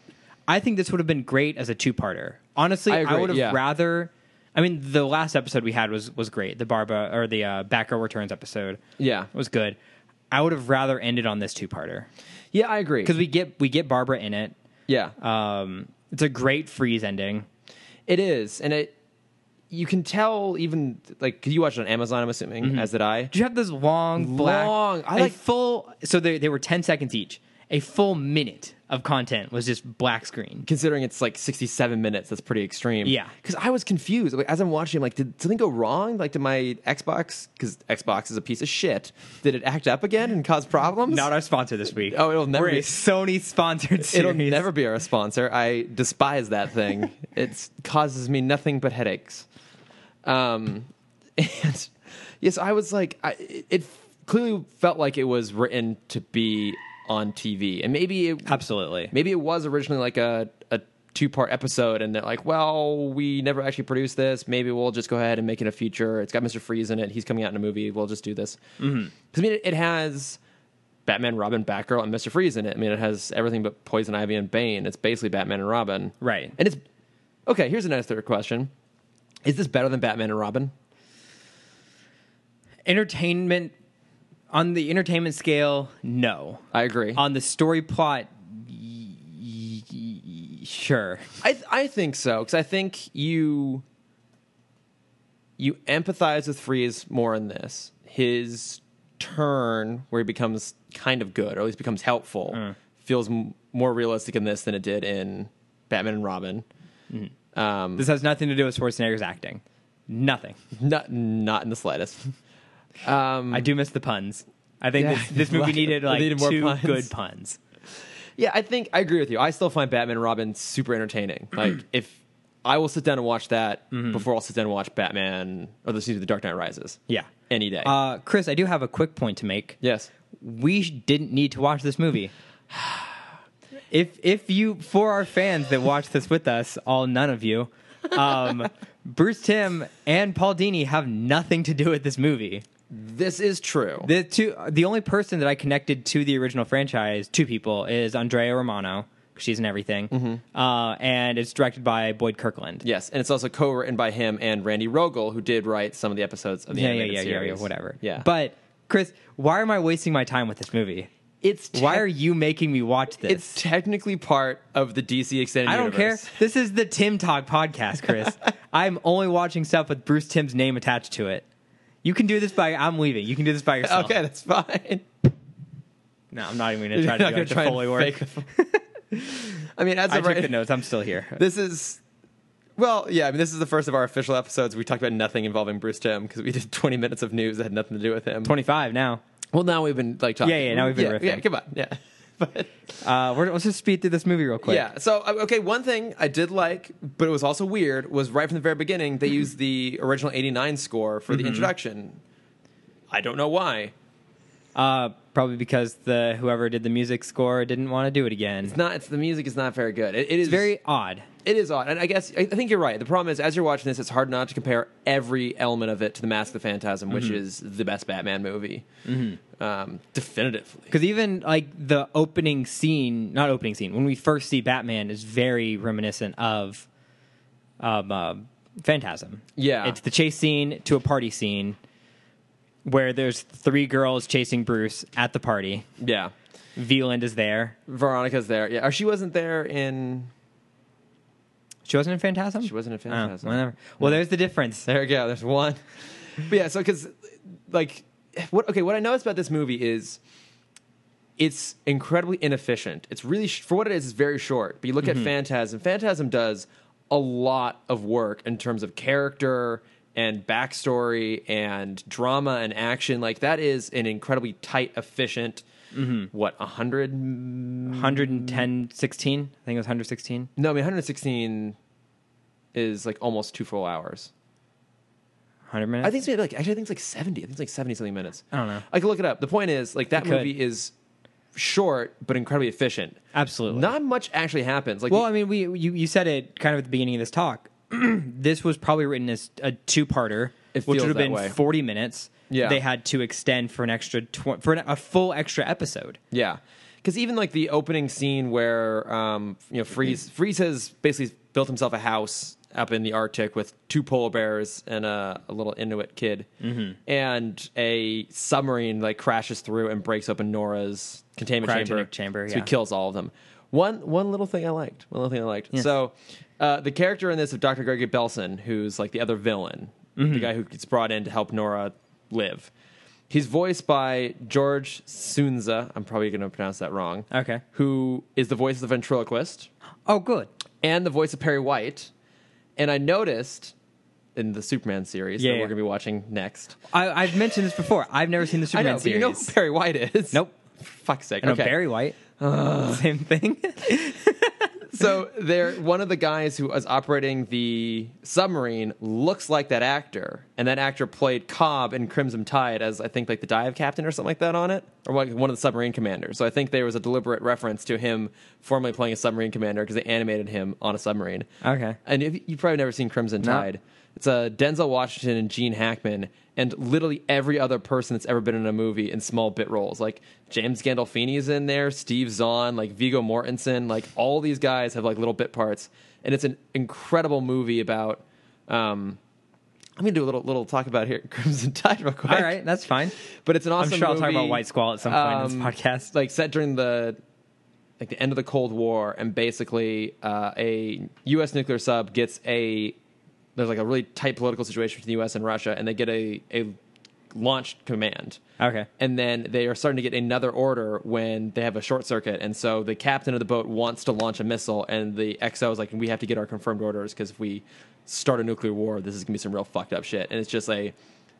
S2: I, I think this would have been great as a two-parter. Honestly,
S1: I
S2: I,
S1: agree,
S2: would have
S1: yeah.
S2: rather. I mean, the last episode we had was was great. The Barba or the uh, Backer Returns episode
S1: yeah,
S2: was good. I would have rather ended on this two-parter
S1: yeah, I agree.
S2: because we get we get Barbara in it.
S1: yeah,
S2: Um, it's a great freeze ending.
S1: It is, and it you can tell even like 'cause you watched it on Amazon, I'm assuming,
S2: Mm-hmm.
S1: as did I.
S2: Did you have this long, black,
S1: Long. I
S2: a
S1: like-
S2: full. So they they were ten seconds each. A full minute of content was just black screen.
S1: Considering it's like 67 minutes, that's pretty extreme.
S2: Yeah.
S1: because I was confused. Like as I'm watching, I'm like, did something go wrong? Like, did my Xbox? Because Xbox is a piece of shit. Did it act up again and cause problems?
S2: Not our sponsor this week.
S1: Oh, it'll never
S2: We're
S1: be-
S2: a Sony sponsored series.
S1: It'll never be our sponsor. I despise that thing. it causes me nothing but headaches. Um, and yes, I was like, I, it- it clearly felt like it was written to be on TV, and maybe it
S2: Absolutely.
S1: maybe it was originally like a a two part episode, and they're like, well, we never actually produced this. Maybe we'll just go ahead and make it a feature. It's got Mister Freeze in it. He's coming out in a movie. We'll just do this. mm I mean, it, it has Batman, Robin, Batgirl, and Mister Freeze in it. I mean, it has everything but Poison Ivy and Bane. It's basically Batman and Robin,
S2: Right.
S1: And it's okay. Here's another question: Is this better than Batman and Robin?
S2: Entertainment on the entertainment scale, no.
S1: I agree.
S2: On the story plot, y- y- y- sure.
S1: I th- I think so because I think you you empathize with Freeze more in this. His turn where he becomes kind of good, or at least becomes helpful,
S2: Uh.
S1: feels m- more realistic in this than it did in Batman and Robin.
S2: Mm-hmm.
S1: Um,
S2: This has nothing to do with Schwarzenegger's acting. Nothing.
S1: not not in the slightest. Um,
S2: I do miss the puns. I think
S1: Yeah.
S2: this, this movie needed
S1: They
S2: like
S1: needed more
S2: two
S1: puns.
S2: good puns.
S1: yeah, I think I agree with you. I still find Batman and Robin super entertaining. Like if I will sit down and watch that
S2: Mm-hmm.
S1: before I'll sit down and watch Batman or the season of The Dark Knight Rises.
S2: Yeah.
S1: any day.
S2: Uh, Chris, I do have a quick point to make.
S1: yes.
S2: we sh- didn't need to watch this movie. If if you for our fans that watch this with us, all none of you, um, Bruce Tim and Paul Dini have nothing to do with this movie.
S1: This is true.
S2: The two, the only person that I connected to the original franchise, two people, is Andrea Romano. 'cause She's in everything,
S1: Mm-hmm.
S2: uh, and it's directed by Boyd Kirkland.
S1: yes, and it's also co-written by him and Randy Rogel, who did write some of the episodes of the
S2: yeah, yeah,
S1: animated
S2: yeah, yeah,
S1: series.
S2: yeah, whatever.
S1: Yeah,
S2: but Chris, why am I wasting my time with this movie?
S1: it's
S2: Why
S1: tec-
S2: are you making me watch this?
S1: It's technically part of the DC extended.
S2: I don't
S1: universe.
S2: care. This is the Tim Talk podcast, Chris. I'm only watching stuff with Bruce Tim's name attached to it. You can do this by. I'm leaving. You can do this by yourself.
S1: Okay, that's fine.
S2: No, I'm not even going to try
S1: You're
S2: to
S1: not
S2: do
S1: gonna
S2: it to
S1: try and
S2: fully work.
S1: fake I mean, as
S2: I
S1: of
S2: took the
S1: right,
S2: notes. I'm still here.
S1: this is. Well, yeah, I mean, this is the first of our official episodes. We talked about nothing involving Bruce Tim because we did 20 minutes of news that had nothing to do with him.
S2: 25 now.
S1: Well, now we've been like talking.
S2: Yeah, yeah, now we've been riffing.
S1: Yeah, come on, yeah. But
S2: Uh, we're, let's just speed through this movie real quick.
S1: yeah, so uh, okay, one thing I did like, but it was also weird, was right from the very beginning they used the original '89 score for the introduction. I don't know why.
S2: Uh, probably because the whoever did the music score didn't want to do it again. It's
S1: It's not. It's the music is not very good. It, it is
S2: very odd.
S1: It is odd, and I guess I I think you're right. The problem is, as you're watching this, it's hard not to compare every element of it to the Mask of the Phantasm, which is the best Batman movie, um, definitively.
S2: Because even like the opening scene, not opening scene, when we first see Batman is very reminiscent of um, uh, Phantasm.
S1: Yeah.
S2: It's the chase scene to a party scene where there's three girls chasing Bruce at the party.
S1: Yeah,
S2: Veland is there.
S1: Veronica's there. Yeah, or she wasn't there in.
S2: She wasn't in Phantasm?
S1: She wasn't in
S2: Oh,
S1: Phantasm.
S2: whatever. Well, there's the difference.
S1: There we go. There's one. But yeah, so because like what? Okay, what I noticed about this movie is it's incredibly inefficient. It's really sh- for what it is. It's very short. But you look at Phantasm. Phantasm does a lot of work in terms of character and backstory and drama and action. Like that is an incredibly tight, efficient. What a hundred? No,
S2: 110, 16. I think it was 116.
S1: I mean 116 is like almost two full hours.
S2: 100 minutes.
S1: I think it's maybe like actually I think it's like seventy. I think it's like seventy something minutes.
S2: I don't know.
S1: I could look it up. The point is like that
S2: You could.
S1: movie is short but incredibly efficient.
S2: Absolutely.
S1: Not much actually happens. Like
S2: Well, I mean, we you, you said it kind of at the beginning of this talk. this was probably written as a two parter,
S1: It
S2: which would
S1: feels
S2: have
S1: that
S2: been
S1: way.
S2: forty minutes.
S1: Yeah.
S2: they had to extend for an extra tw- for an, a full extra episode.
S1: yeah, because even like the opening scene where um you know Freeze Freeze has basically built himself a house up in the Arctic with two polar bears and a, a little Inuit kid,
S2: Mm-hmm.
S1: and a submarine like crashes through and breaks open Nora's containment chamber.
S2: Cryogenic chamber,
S1: So he
S2: yeah.
S1: kills all of them. One one little thing I liked. One little thing I liked. So uh, the character in this of Dr. Gregory Belson, who's like the other villain,
S2: Mm-hmm.
S1: the guy who gets brought in to help Nora live. He's voiced by George Sunza. I'm probably going to pronounce that wrong.
S2: Okay.
S1: Who is the voice of the ventriloquist
S2: Oh, good.
S1: and the voice of Perry White. And I noticed in the Superman series
S2: Yeah,
S1: that
S2: yeah.
S1: we're going to be watching next.
S2: I, I've mentioned this before. I've never seen the
S1: I
S2: Superman
S1: know, but
S2: series.
S1: you know who Perry White is.
S2: Nope.
S1: Fuck's sake.
S2: I know
S1: okay.
S2: Barry White. Same thing.
S1: so there one of the guys who was operating the submarine looks like that actor and that actor played cobb in crimson tide as i think like the dive captain or something like that on it or like one of the submarine commanders so i think there was a deliberate reference to him formerly playing a submarine commander because they animated him on a submarine
S2: Okay.
S1: and if, you've probably never seen crimson
S2: No.
S1: tide it's uh, denzel washington and gene hackman and literally every other person that's ever been in a movie in small bit roles like james gandolfini is in there steve zahn like vigo mortensen like all these guys have like little bit parts and it's an incredible movie about um i'm gonna do a little little talk about here crimson tide real quick
S2: All right, that's fine.
S1: but it's an
S2: I'm
S1: awesome
S2: sure I'll talk
S1: movie,
S2: about White Squall at some point in
S1: um,
S2: this podcast.
S1: like set during the like the end of the Cold War, and basically uh, a U.S. nuclear sub gets a there's like a really tight political situation between the U.S. and Russia, and they get a a launched command.
S2: Okay.
S1: And then they are starting to get another order when they have a short circuit, and so the captain of the boat wants to launch a missile, and the XO is like, "We have to get our confirmed orders because if we start a nuclear war, this is gonna be some real fucked up shit." And it's just a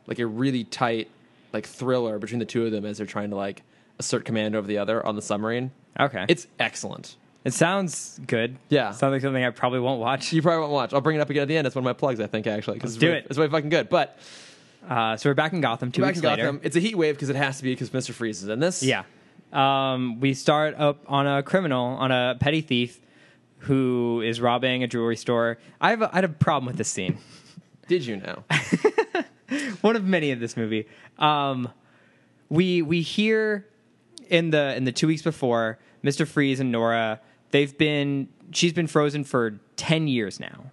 S1: like a really tight like thriller between the two of them as they're trying to like assert command over the other on the submarine.
S2: Okay.
S1: It's excellent.
S2: it sounds good.
S1: Yeah.
S2: Sounds like something I probably won't watch.
S1: You probably won't watch. I'll bring it up again at the end. It's one of my plugs, I think, actually. 'cause
S2: Let's
S1: it's
S2: do
S1: really-
S2: it.
S1: It's really fucking good. But
S2: Uh, so we're back in Gotham two
S1: back
S2: weeks
S1: in
S2: later.
S1: Gotham, it's a heat wave because it has to be because Mr. Freeze is in this.
S2: Yeah. Um, we start up on a criminal, on a petty thief who is robbing a jewelry store. I have a, I had a problem with this scene.
S1: Did you know?
S2: one of many of this movie. Um, we we hear in the in the two weeks before, Mister Freeze and Nora. They've been she's been frozen for ten years now.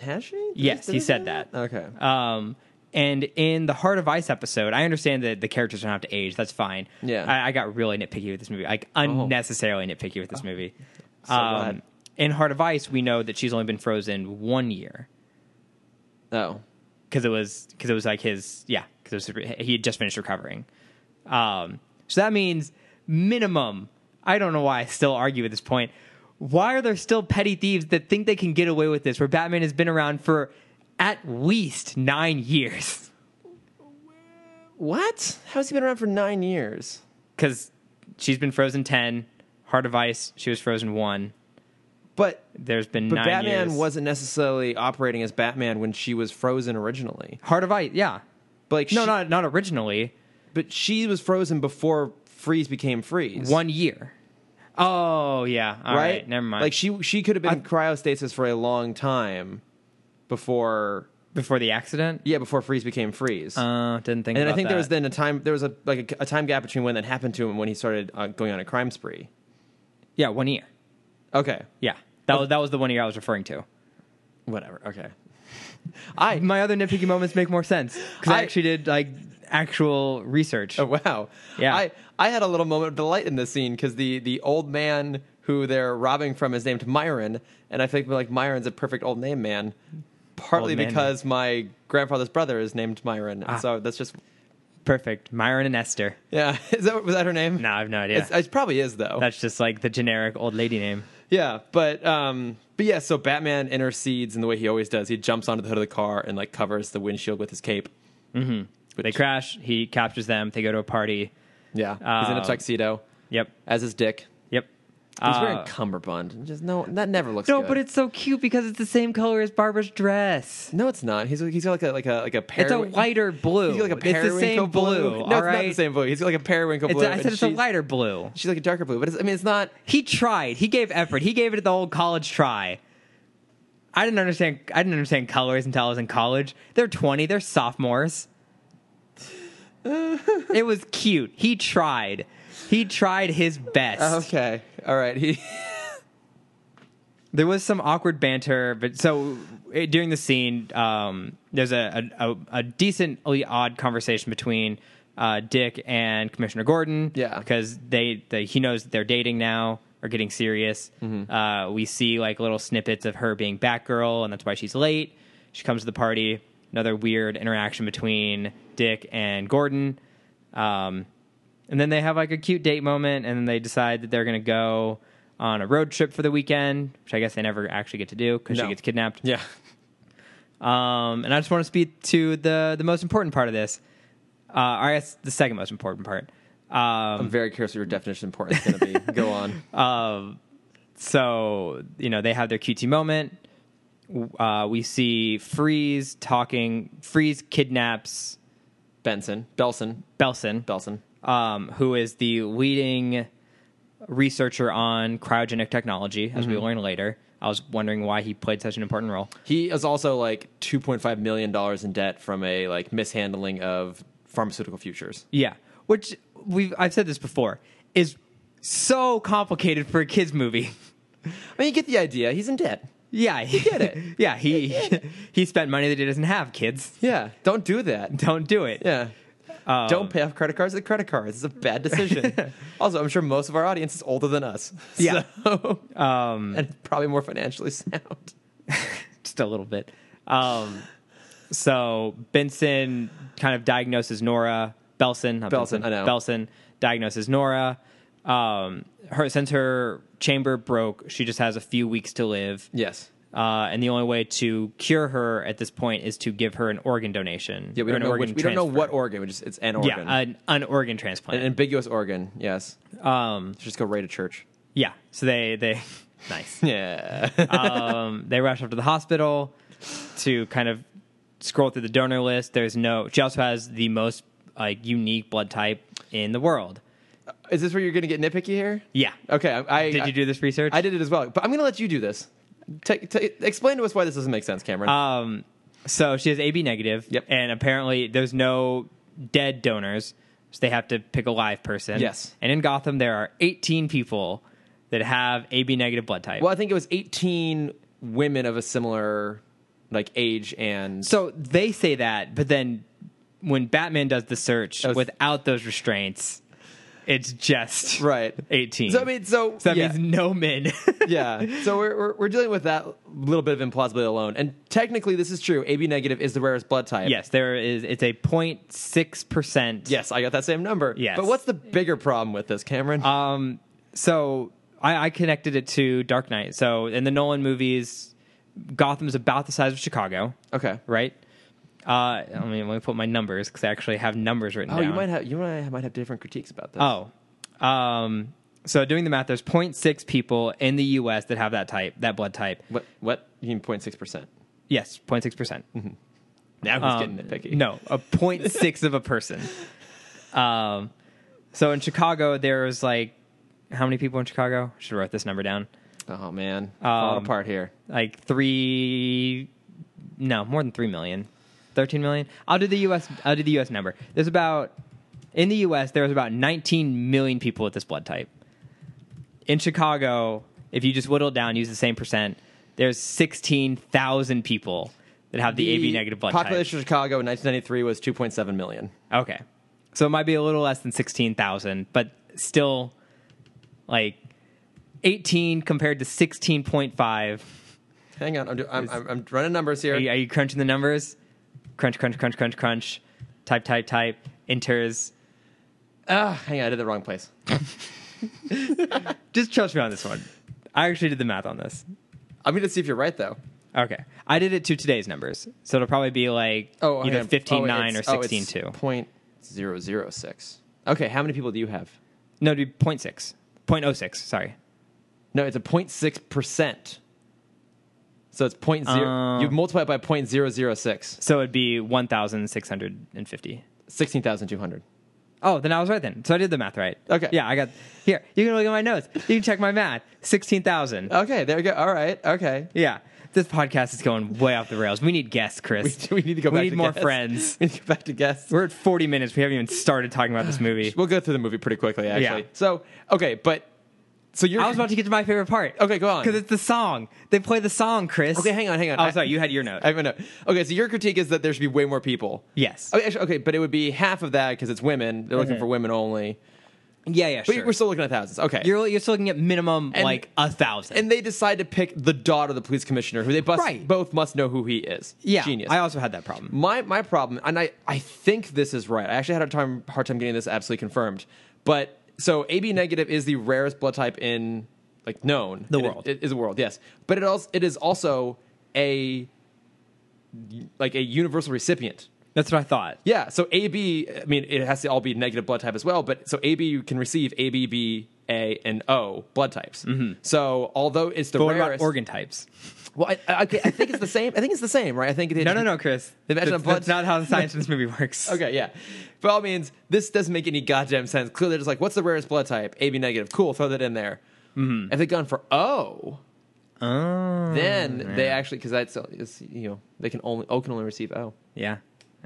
S1: Has she? Did
S2: Yes,
S1: did
S2: he
S1: it
S2: said
S1: say
S2: that.
S1: Okay.
S2: Um, and in the Heart of Ice episode, I understand that the characters don't have to age. That's fine.
S1: Yeah. Oh.
S2: I, I got really nitpicky with this movie, like unnecessarily nitpicky with this movie.
S1: Uh,
S2: Um,
S1: So what?
S2: in Heart of Ice, we know that she's only been frozen one year
S1: oh.
S2: because it was because it was like his yeah because it was super, he had just finished recovering. Um, so that means minimum. I don't know why I still argue at this point. Why are there still petty thieves that think they can get away with this? Where Batman has been around for at least nine years
S1: What? How's he been around for nine years?
S2: because she's been frozen ten. Heart of Ice, she was frozen one.
S1: But
S2: There's been
S1: but
S2: nine
S1: Batman
S2: years.
S1: wasn't necessarily operating as Batman when she was frozen originally.
S2: Heart of Ice, yeah.
S1: But like
S2: No,
S1: she,
S2: not not originally.
S1: But she was frozen before Freeze became Freeze.
S2: One year. Oh yeah. All right.
S1: right?
S2: Never mind.
S1: Like she she could have been in cryostasis for a long time before
S2: before the accident.
S1: yeah before Freeze became Freeze.
S2: Uh, didn't think.
S1: and
S2: about
S1: I think there was
S2: that.
S1: then a time there was a like a, a time gap between when that happened to him and when he started uh, going on a crime spree.
S2: yeah one year.
S1: Okay,
S2: Yeah, that was that was the one year I was referring to.
S1: whatever. Okay,
S2: I my other nitpicky moments make more sense because I,
S1: I-
S2: actually did like actual research.
S1: Oh wow!
S2: Yeah.
S1: I, I had a little moment of delight in this scene because the the old man who they're robbing from is named Myron, and I think like Myron's a perfect old name man, partly
S2: Old man. Ah.
S1: because my grandfather's brother is named Myron, and so that's just
S2: Perfect, Myron and Esther.
S1: yeah. Is that was that her name?
S2: No, I have no idea.
S1: It's, it probably is though.
S2: That's just like the generic old lady name.
S1: yeah, but um, but yeah. So Batman intercedes in the way he always does. He jumps onto the hood of the car and like covers the windshield with his cape.
S2: They crash. He captures them. They go to a party.
S1: Yeah, he's in a
S2: Um,
S1: tuxedo
S2: Yep.
S1: as his dick.
S2: Yep.
S1: He's wearing
S2: Uh,
S1: a cummerbund. Just no, that never looks.
S2: no,
S1: good.
S2: but it's so cute because it's the same color as Barbara's dress.
S1: No, it's not. He's he's got like a like a like a periwin-
S2: It's a lighter blue.
S1: He's got like a
S2: it's
S1: periwinkle
S2: the same blue.
S1: No,
S2: all
S1: it's not the
S2: right?
S1: same blue. He's got like a periwinkle
S2: It's
S1: blue.
S2: a, I
S1: and
S2: said it's a
S1: she's-
S2: lighter blue.
S1: She's like a darker blue, but it's, I mean, it's not.
S2: He tried. He gave effort. He gave it the whole college try. I didn't understand. I didn't understand colors until I was in college. They're twenty. They're sophomores. it was cute. He tried. He tried his best.
S1: Okay, all right. He
S2: There was some awkward banter, but so eh, during the scene, um, there's a, a, a, a decently odd conversation between uh, Dick and Commissioner Gordon.
S1: Yeah.
S2: because they, they he knows that they're dating now or getting serious. Uh, we see like little snippets of her being Batgirl, and that's why she's late. She comes to the party. Another weird interaction between Dick and Gordon. Um, and then they have like a cute date moment, and then they decide that they're going to go on a road trip for the weekend, which I guess they never actually get to do because
S1: No.
S2: she gets kidnapped.
S1: yeah.
S2: Um, and I just want to speak to the the most important part of this. Uh, I guess the second most important part. Um,
S1: I'm very curious what your definition of important is going to be. Go on.
S2: so you know they have their cutesy moment. Uh, we see Freeze talking. Freeze kidnaps
S1: Benson, Belson,
S2: Belson,
S1: Belson.
S2: um, who is the leading researcher on cryogenic technology, as we learn later. I was wondering why he played such an important role.
S1: He is also like 2.5 million dollars in debt from a like mishandling of pharmaceutical futures.
S2: Yeah, which we've I've said this before is so complicated for a kids movie.
S1: I mean, you get the idea. He's in debt.
S2: Yeah, he did
S1: it.
S2: yeah, he he spent money that he doesn't have. Kids,
S1: Yeah. Don't do that.
S2: don't do it.
S1: Yeah. Don't pay off credit cards with credit cards. It's a bad decision. also, I'm sure most of our audience is older than us.
S2: Yeah.
S1: So,
S2: Um,
S1: and probably more financially sound.
S2: just a little bit. Um, so Benson kind of diagnoses Nora Belson. not
S1: Belson,
S2: Benson,
S1: I know.
S2: Belson diagnoses Nora. Um, her since her chamber broke, she just has a few weeks to live.
S1: Yes.
S2: Uh, and the only way to cure her at this point is to give her an organ donation.
S1: Yeah, we
S2: or
S1: don't
S2: an
S1: know
S2: organ
S1: which, we don't know
S2: transfer.
S1: what organ, which is it's an organ.
S2: Yeah, an, an
S1: uh,
S2: organ
S1: an
S2: transplant.
S1: ambiguous organ, yes.
S2: um,
S1: Just go right to church.
S2: yeah. So they they nice.
S1: Yeah.
S2: um, they rush up to the hospital to kind of scroll through the donor list. There's no. She also has the most like unique blood type in the world.
S1: is this where you're going to get nitpicky here?
S2: Yeah.
S1: Okay. I, I
S2: Did you do this research?
S1: Uh, I did it as well, but I'm going to let you do this. Take, take, explain to us why this doesn't make sense, Cameron.
S2: Um, So she has AB negative,
S1: Yep.
S2: And apparently, there's no dead donors, so they have to pick a live person.
S1: Yes.
S2: And in Gotham, there are 18 people that have AB negative blood type.
S1: Well, I think it was 18 women of a similar like age and
S2: So they say that, but then when Batman does the search
S1: was-
S2: without those restraints, it's just
S1: right.
S2: 18.
S1: So I mean, so,
S2: So that
S1: yeah.
S2: means no men.
S1: yeah. So we're, we're we're dealing with that little bit of implausibility alone. And technically, this is true. AB negative is the rarest blood type.
S2: yes, there is. It's a 0.6 percent.
S1: Yes, I got that same number.
S2: Yes.
S1: But what's the bigger problem with this, Cameron?
S2: Um, so I, I connected it to Dark Knight. So in the Nolan movies, Gotham's about the size of Chicago,
S1: okay.
S2: right? Uh, let me let me put my numbers because I actually have numbers written
S1: Oh,
S2: down.
S1: you might have you might might have different critiques about this.
S2: Oh. Um, so doing the math, there's 0.6 people in the U.S. that have that type, that blood type.
S1: What what you mean 06 percent?
S2: Yes, 0.6 percent.
S1: Now Mm-hmm. he's getting nitpicky.
S2: Um, No, a 0.6 of a person. Um, so in Chicago, there's like how many people in Chicago? Should have wrote this number down.
S1: Oh man, falling
S2: Um,
S1: apart here.
S2: Like three, no, more than three million. 13 million. I'll do the U.S. I'll do the U.S. number. There's about in the U.S. There's about 19 million people with this blood type. In Chicago, if you just whittle it down, use the same percent. There's 16,000 people that have the, AB negative blood type.
S1: population of Chicago in 1993 was 2.7 million.
S2: Okay. So it might be a little less than 16,000, but still like 18 compared to 16.5. Are
S1: Hang on, I'm do, I'm, I'm, I'm running numbers here.
S2: you, are you crunching the numbers? Crunch, crunch, crunch, crunch, crunch. Type, type, type. Enters.
S1: Ah, hang on, I did the wrong place.
S2: Just trust me on this one. I actually did the math on this.
S1: I'm going to see if you're right though.
S2: Okay. I did it to today's numbers. So it'll probably be like
S1: Oh,
S2: either 15.9 or
S1: oh, it's
S2: 16.2.
S1: Point zero zero six. Okay, how many people do you have?
S2: no, it'd be 0.6. 0.06, sorry.
S1: No, it's a 06 percent. So it's point zero.
S2: Uh.
S1: you multiply it by point zero zero six.
S2: So it'd be 1,650.
S1: Sixteen thousand two hundred.
S2: Oh, then I was right then. So I did the math right.
S1: Okay.
S2: Yeah, I got here. You can look at my notes. You can check my math. Sixteen thousand.
S1: Okay, there we go. All right. Okay.
S2: Yeah. This podcast is going way off the rails. We need guests,
S1: We,
S2: Chris.
S1: we need to go
S2: We
S1: back
S2: need
S1: to
S2: more
S1: guests.
S2: friends.
S1: We need to go back to guests.
S2: We're at forty minutes. We haven't even started talking about this movie.
S1: We'll go through the movie pretty quickly, actually.
S2: Yeah.
S1: So, okay, but so you're
S2: I was about to get to my favorite part.
S1: Okay, go on.
S2: Because it's the song. They play the song, Chris.
S1: Okay, hang on, hang on.
S2: Oh,
S1: I-
S2: sorry. You had your note.
S1: I don't know. Okay, so your critique is that there should be way more people.
S2: yes.
S1: Okay, actually, okay, but it would be half of that because it's women. They're looking for women only.
S2: yeah. Yeah.
S1: But
S2: Sure.
S1: we're still looking at thousands. Okay.
S2: you're you're still looking at minimum
S1: And-
S2: like a thousand.
S1: and they decide to pick the daughter of the police commissioner, who they bust,
S2: Right.
S1: both must know who he is.
S2: yeah.
S1: Genius.
S2: I also had that problem.
S1: my my problem, and I, I think this is right. I actually had a time hard time getting this absolutely confirmed. But so AB negative is the rarest blood type in like known
S2: The
S1: And it-
S2: world.
S1: it is the world, yes. But it also it is also a like a universal recipient.
S2: That's what I thought.
S1: Yeah, so AB, I mean, it has to all be negative blood type as well, but so AB you can receive AB, B, A, and O blood types. So although it's the
S2: Mm-hmm. But what about
S1: rarest,
S2: organ types?
S1: well, I, I, okay, I think it's the same. I think it's the same, right? I think it,
S2: No, no, no, Chris.
S1: They match
S2: that's,
S1: up blood-
S2: that's not how the science in this movie works.
S1: Okay, yeah. By all means, this doesn't make any goddamn sense. Clearly, they're just like, what's the rarest blood type? AB negative. Cool, throw that in there.
S2: Mm-hmm.
S1: If they'd gone for O,
S2: Oh.
S1: then they actually because that's it's, you know they can only O can only receive O.
S2: Yeah.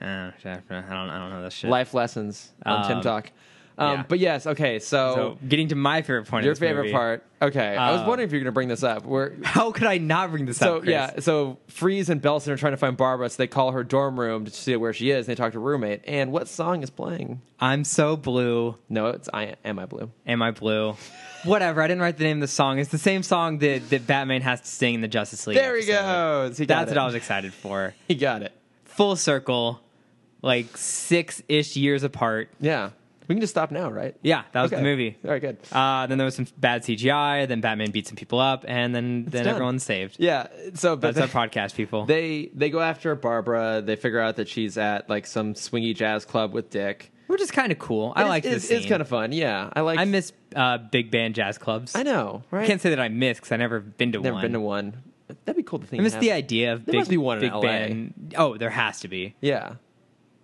S2: I don't, know. I don't. I don't know this shit.
S1: Life lessons on Tim
S2: Um,
S1: Talk. Um,
S2: yeah.
S1: But yes, okay. So,
S2: So getting to my favorite point. of
S1: oh, your
S2: this
S1: favorite
S2: movie.
S1: part. Okay, I was
S2: Uh,
S1: wondering if you're going to bring this up. We're
S2: How could I not bring this
S1: so
S2: up? Chris?
S1: yeah. So Freeze and Belson are trying to find Barbara, so they call her dorm room to see where she is. And they talk to her roommate. And what song is playing?
S2: I'm so blue.
S1: No, it's I Am I Blue.
S2: Am I blue? Whatever. I didn't write the name of the song. It's the same song that, that Batman has to sing in the Justice League.
S1: There he
S2: episode.
S1: goes. He got
S2: That's
S1: it.
S2: what I was excited for.
S1: He got it.
S2: Full circle, like six ish years apart.
S1: Yeah. We can just stop now, right?
S2: Yeah, that was
S1: Okay.
S2: the movie.
S1: All right, good.
S2: Uh, then there was some bad CGI. Then Batman beat some people up, and then then
S1: done.
S2: everyone's saved.
S1: Yeah. So, but
S2: That's
S1: they,
S2: our podcast, people.
S1: they they go after Barbara. They figure out that she's at like some swingy jazz club with Dick.
S2: Which is kind of cool. I like
S1: it's,
S2: this.
S1: It's kind of fun. Yeah, I like.
S2: I miss uh, big band jazz clubs.
S1: I know. Right.
S2: I can't say that I miss because I never been to
S1: Never
S2: one.
S1: been to one. That'd be cool to think.
S2: I miss the idea of
S1: There
S2: big,
S1: must be one in
S2: big
S1: LA.
S2: band. Oh, there has to be.
S1: Yeah.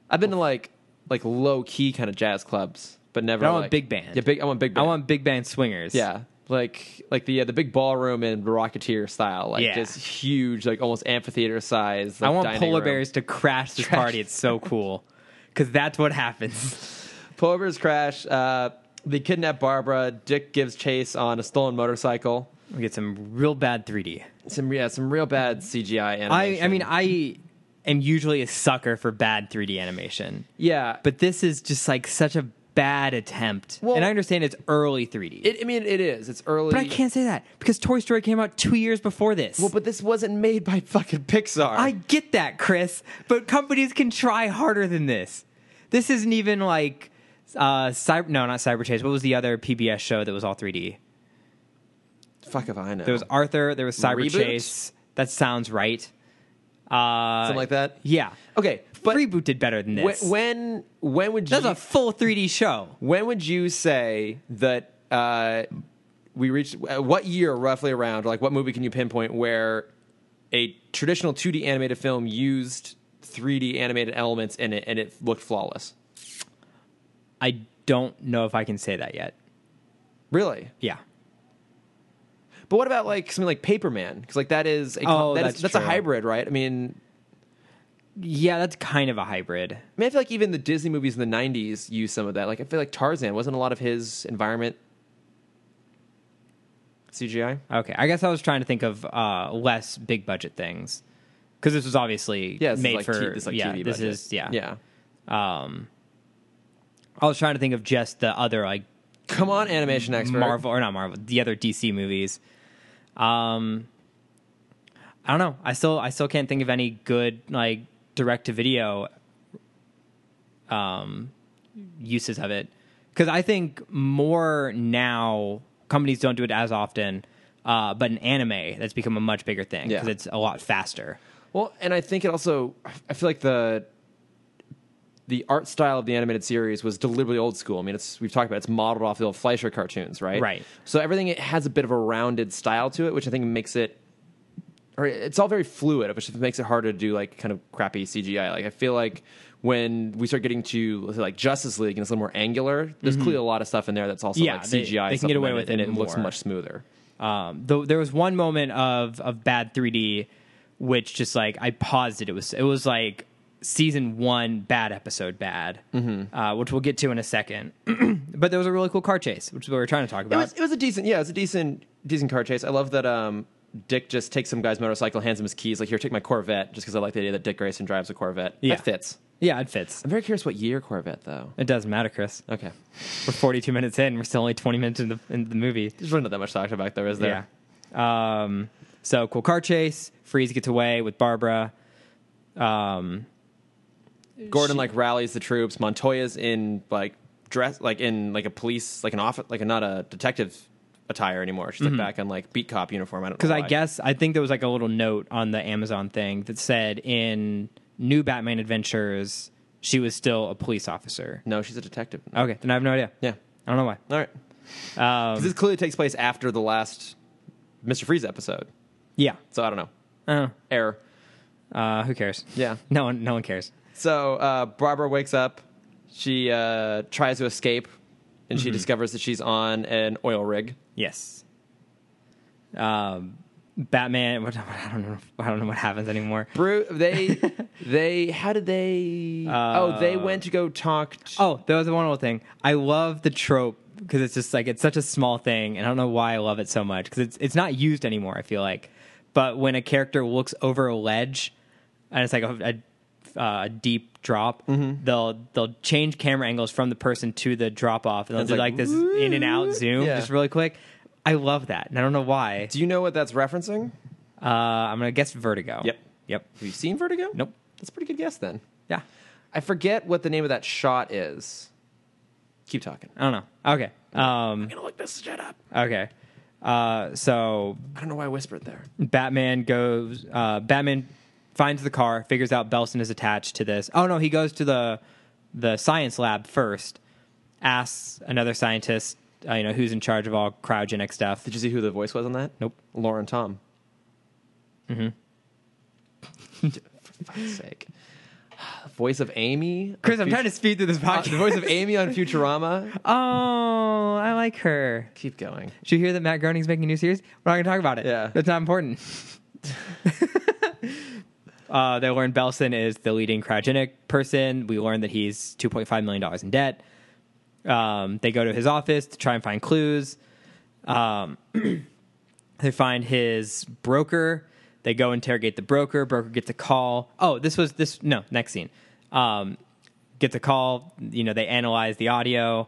S1: I've been to like like low key kind of jazz clubs, but never.
S2: But I want
S1: like-
S2: big band.
S1: Yeah, big. I want big. Band.
S2: I want big band swingers.
S1: Yeah. like like the uh, the big ballroom in Rocketeer style, like
S2: Yeah.
S1: just huge, like almost amphitheater size.
S2: I
S1: like,
S2: want
S1: dining
S2: polar
S1: room.
S2: bears to crash this party. It's so cool because that's what happens.
S1: Polar bears crash. Uh, they kidnap Barbara. Dick gives chase on a stolen motorcycle.
S2: We get some real bad 3D.
S1: Some yeah, some real bad CGI
S2: I
S1: animation.
S2: I mean I am usually a sucker for bad 3D animation,
S1: yeah, but
S2: but this is just like such a bad attempt.
S1: Well-
S2: and I understand it's early 3D,
S1: it, I mean it is. It's early.
S2: but I can't say that because Toy Story came out two years before this.
S1: Well, but this wasn't made by fucking Pixar.
S2: I get that, Chris, but companies can try harder than this. This isn't even like uh cyber no not cyber chase what was the other pbs show that was all 3d
S1: fuck if I know.
S2: there was arthur there was cyber
S1: Oh. Reboot?
S2: chase that sounds right uh
S1: something like that.
S2: yeah
S1: Okay, but
S2: reboot did better than
S1: when
S2: this
S1: when, when would
S2: That
S1: you
S2: was a full 3D show.
S1: when would you say that uh, we reached uh, what year roughly around? Like what movie can you pinpoint where a traditional 2D animated film used 3D animated elements in it and it looked flawless?
S2: I don't know if I can say that yet.
S1: Really?
S2: Yeah.
S1: But what about like something like Paperman? Because like that is a,
S2: Oh,
S1: that is-
S2: that's
S1: that's a
S2: true.
S1: hybrid, right? I mean,
S2: Yeah, that's kind of a hybrid.
S1: I mean, I feel like even the Disney movies in the '90s used some of that. Like, I feel like Tarzan wasn't a lot of his environment CGI.
S2: Okay. I guess I was trying to think of uh, less big budget things. Because this was obviously
S1: Yeah, this
S2: made
S1: is like
S2: for.
S1: T- this is like
S2: yeah,
S1: TV
S2: this
S1: budget.
S2: is, yeah. Um,
S1: yeah.
S2: I was trying to think of just the other, like,
S1: Come on, animation expert.
S2: Marvel, or not Marvel, the other DC movies. Um, I don't know. I still, I still can't think of any good, like, direct to video um, uses of it. Because I think more now, companies don't do it as often, uh, but in anime, that's become a much bigger thing
S1: Yeah.
S2: because it's a lot faster.
S1: Well, and I think it also. I feel like the the art style of the animated series was deliberately old school. I mean, it's we've talked about it's modeled off the old Fleischer cartoons, right?
S2: Right.
S1: So everything it has a bit of a rounded style to it, which I think makes it. Or it's all very fluid, which makes it harder to do like kind of crappy CGI. Like I feel like when we start getting to let's say, like Justice League and it's a little more angular, there's clearly a lot of stuff in there that's also
S2: Mm-hmm. Yeah,
S1: like
S2: they-
S1: CGI.
S2: they can get away
S1: supplemented
S2: with
S1: and
S2: it
S1: it looks
S2: more.
S1: much smoother.
S2: Um, though there was one moment of of bad 3D, which just like I paused it. It was it was like season one bad episode bad, uh, which we'll get to in a second. but there was a really cool car chase, which is what we were trying to talk
S1: It
S2: about.
S1: was it was a decent yeah, it was a decent decent car chase. I love that um Dick just takes some guy's motorcycle, hands him his keys, like here, take my Corvette, just because I like the idea that Dick Grayson drives a Corvette.
S2: Yeah.
S1: That fits.
S2: yeah, it fits.
S1: I'm very curious what year Corvette though.
S2: It doesn't matter, Chris.
S1: Okay.
S2: We're 42 minutes in. We're still only 20 minutes into the, into the movie.
S1: There's really not that much talk about there, is there?
S2: Yeah. Um, so cool car chase. Freeze gets away with Barbara. Um,
S1: Gordon like rallies the troops. Montoya's in like dress like in like a police like an office like not a detective attire anymore. She's like back in like beat cop uniform. I don't know
S2: because Mm-hmm. I
S1: why.
S2: guess I think there was like a little note on the Amazon thing that said in New Batman Adventures she was still a police officer.
S1: no, she's a detective.
S2: Okay, then I have no idea.
S1: Yeah.
S2: I don't know why. Um,
S1: All right. Because this clearly takes place after the last Mr. Freeze episode.
S2: Yeah.
S1: So I don't know.
S2: I don't
S1: Error.
S2: know. Uh, who cares?
S1: Yeah.
S2: No one. No one cares.
S1: So uh, Barbara wakes up. She uh, tries to escape, and she discovers that she's on an oil rig.
S2: Yes. Um, Batman. What, I don't know. I don't know what happens anymore.
S1: Bru- they, they, how did they? oh, they went to go talk. To,
S2: Oh, that was one little thing. I love the trope because it's just like it's such a small thing, and I don't know why I love it so much because it's it's not used anymore. I feel like, but when a character looks over a ledge, and it's like a, a, uh, a deep drop,
S1: Mm-hmm.
S2: they'll they'll change camera angles from the person to the drop off, and they'll
S1: It's
S2: do
S1: like,
S2: like, this in and out zoom
S1: Yeah.
S2: just really quick. I love that, and I don't know why.
S1: Do you know what that's referencing?
S2: Uh, I'm gonna guess Vertigo.
S1: Yep.
S2: Yep.
S1: Have you seen Vertigo?
S2: Nope.
S1: That's a pretty good guess then.
S2: Yeah.
S1: I forget what the name of that shot is. Keep talking.
S2: I don't know. Okay. Um,
S1: I'm gonna look this shit up.
S2: okay. Uh, so
S1: I don't know why I whispered there.
S2: Batman goes. Uh, Batman finds the car, figures out Belson is attached to this. Oh no, he goes to the the science lab first, asks another scientist, uh, you know, who's in charge of all cryogenic stuff.
S1: Did you see who the voice was on that?
S2: Nope.
S1: Lauren Tom. Mm-hmm. For fuck's sake. voice of Amy.
S2: Chris, I'm trying to speed through this
S1: Uh, the
S2: podcast.
S1: voice of Amy on Futurama.
S2: Oh, I like her.
S1: Keep going.
S2: Did you hear that Matt Groening's making a new series? We're not going to talk about it.
S1: Yeah.
S2: That's not important. uh, that Lauren Belson is the leading cryogenic person. We learn that he's $2.5 million in debt. Um, they go to his office to try and find clues. Um, they find his broker. They go interrogate the broker. Broker gets a call. Oh, this was this. No, next scene. Um, gets a call. You know, they analyze the audio.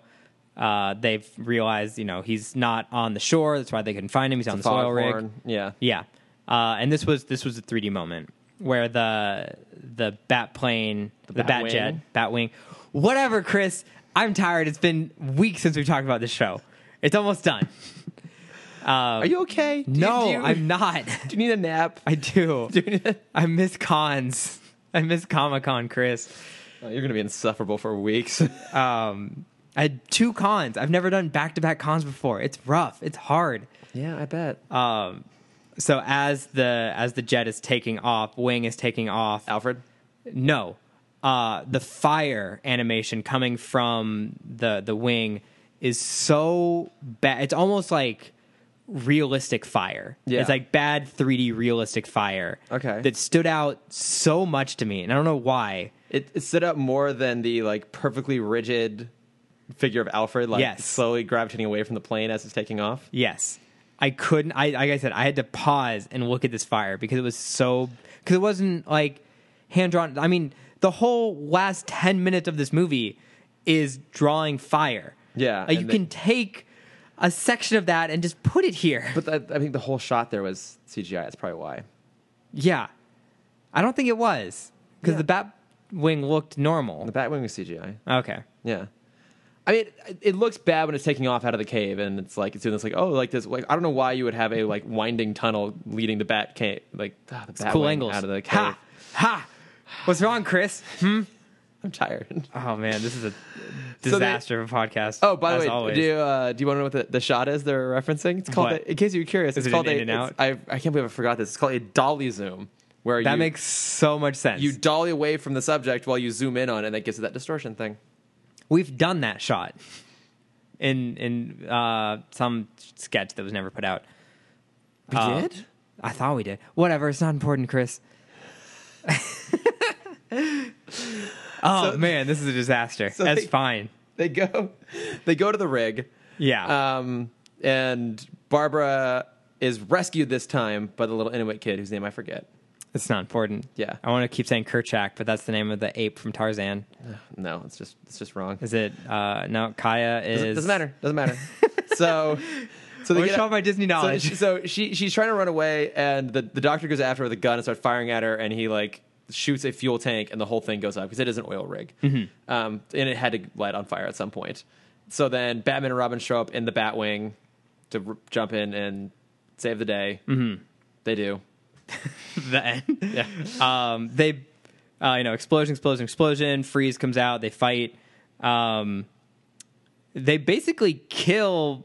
S2: Uh, they've realized, you know, he's not on the shore. That's why they couldn't find him. He's on the soil rig.
S1: Foghorn. Yeah.
S2: Yeah, uh, and this was this was a 3D moment where the the bat plane, the,
S1: bat
S2: bat
S1: wing.
S2: jet, bat wing, whatever. Chris, I'm tired. It's been weeks since we've talked about this show. It's almost done.
S1: Are you okay? Do you-
S2: No,
S1: do you-
S2: I'm not.
S1: Do you need a nap?
S2: I do.
S1: Do you need a-
S2: I miss cons. I miss Comic Con, Chris.
S1: Oh, you're gonna be insufferable for weeks.
S2: Um, I had two cons. I've never done back to back cons before. It's rough. It's hard.
S1: yeah, I bet.
S2: Um, so as the as the jet is taking off, Wing is taking off.
S1: Alfred.
S2: No, uh, the fire animation coming from the the wing is so bad. It's almost like realistic fire.
S1: Yeah.
S2: It's like bad 3D realistic fire.
S1: Okay.
S2: That stood out so much to me, and I don't know why.
S1: It, it stood out more than the like perfectly rigid figure of Alfred, like
S2: Yes.
S1: slowly gravitating away from the plane as it's taking off.
S2: Yes. I couldn't I like I said I had to pause and look at this fire because it was so cuz it wasn't like hand drawn I mean the whole last 10 minutes of this movie is drawing fire.
S1: Yeah,
S2: Like, you
S1: and the-
S2: can take a section of that and just put it here.
S1: But that, I think the whole shot there was CGI. That's probably why.
S2: yeah. I don't think it was cuz
S1: Yeah.
S2: the bat wing looked normal.
S1: The Batwing was CGI.
S2: Okay.
S1: Yeah. I mean, it, it looks bad when it's taking off out of the cave, and it's like it's doing this, like oh, like this, like I don't know why you would have a like winding tunnel leading the bat cave, like ah, the bat
S2: cool
S1: wing
S2: angles.
S1: out of the cave.
S2: ha. Ha. What's wrong, Chris?
S1: I'm tired.
S2: Oh man, this is a
S1: So they-
S2: disaster of a podcast.
S1: Oh, by the
S2: as
S1: way,
S2: always.
S1: do you, uh, do you want to know what the, the shot is they're referencing? It's called.
S2: What?
S1: A, in case you're curious,
S2: Is
S1: it's
S2: it
S1: called
S2: an
S1: a.
S2: in and
S1: it's-
S2: out?
S1: I I can't believe I forgot this. It's called a dolly zoom, where
S2: That
S1: you,
S2: makes so much sense.
S1: you dolly away from the subject while you zoom in on it, and that gives it that distortion thing.
S2: We've done that shot in in uh, some sketch that was never put out.
S1: We
S2: Uh, I thought we did. Whatever. It's not important, Chris. oh
S1: So-
S2: man, this is a disaster.
S1: So
S2: That's
S1: they-
S2: fine.
S1: They go, they go to the rig.
S2: Yeah.
S1: Um, and Barbara is rescued this time by the little Inuit kid whose name I forget.
S2: it's not important.
S1: yeah.
S2: I want to keep saying Kerchak, but that's the name of the ape from Tarzan.
S1: No, it's just it's just wrong.
S2: Is it? Uh, no, Kaya is.
S1: Doesn't, doesn't matter. Doesn't matter. so, so
S2: Wish
S1: get-
S2: off my Disney
S1: So,
S2: knowledge.
S1: she, so she she's trying to run away, and the, the doctor goes after her with a gun and starts firing at her, and he like shoots a fuel tank, and the whole thing goes up because it is an oil rig, um, and it had to light on fire at some point. So then Batman and Robin show up in the Batwing to r- jump in and save the day. Mm-hmm. They do.
S2: the end. Um, they, uh, you know, explosion, explosion, explosion. Freeze comes out. They fight. Um, they basically kill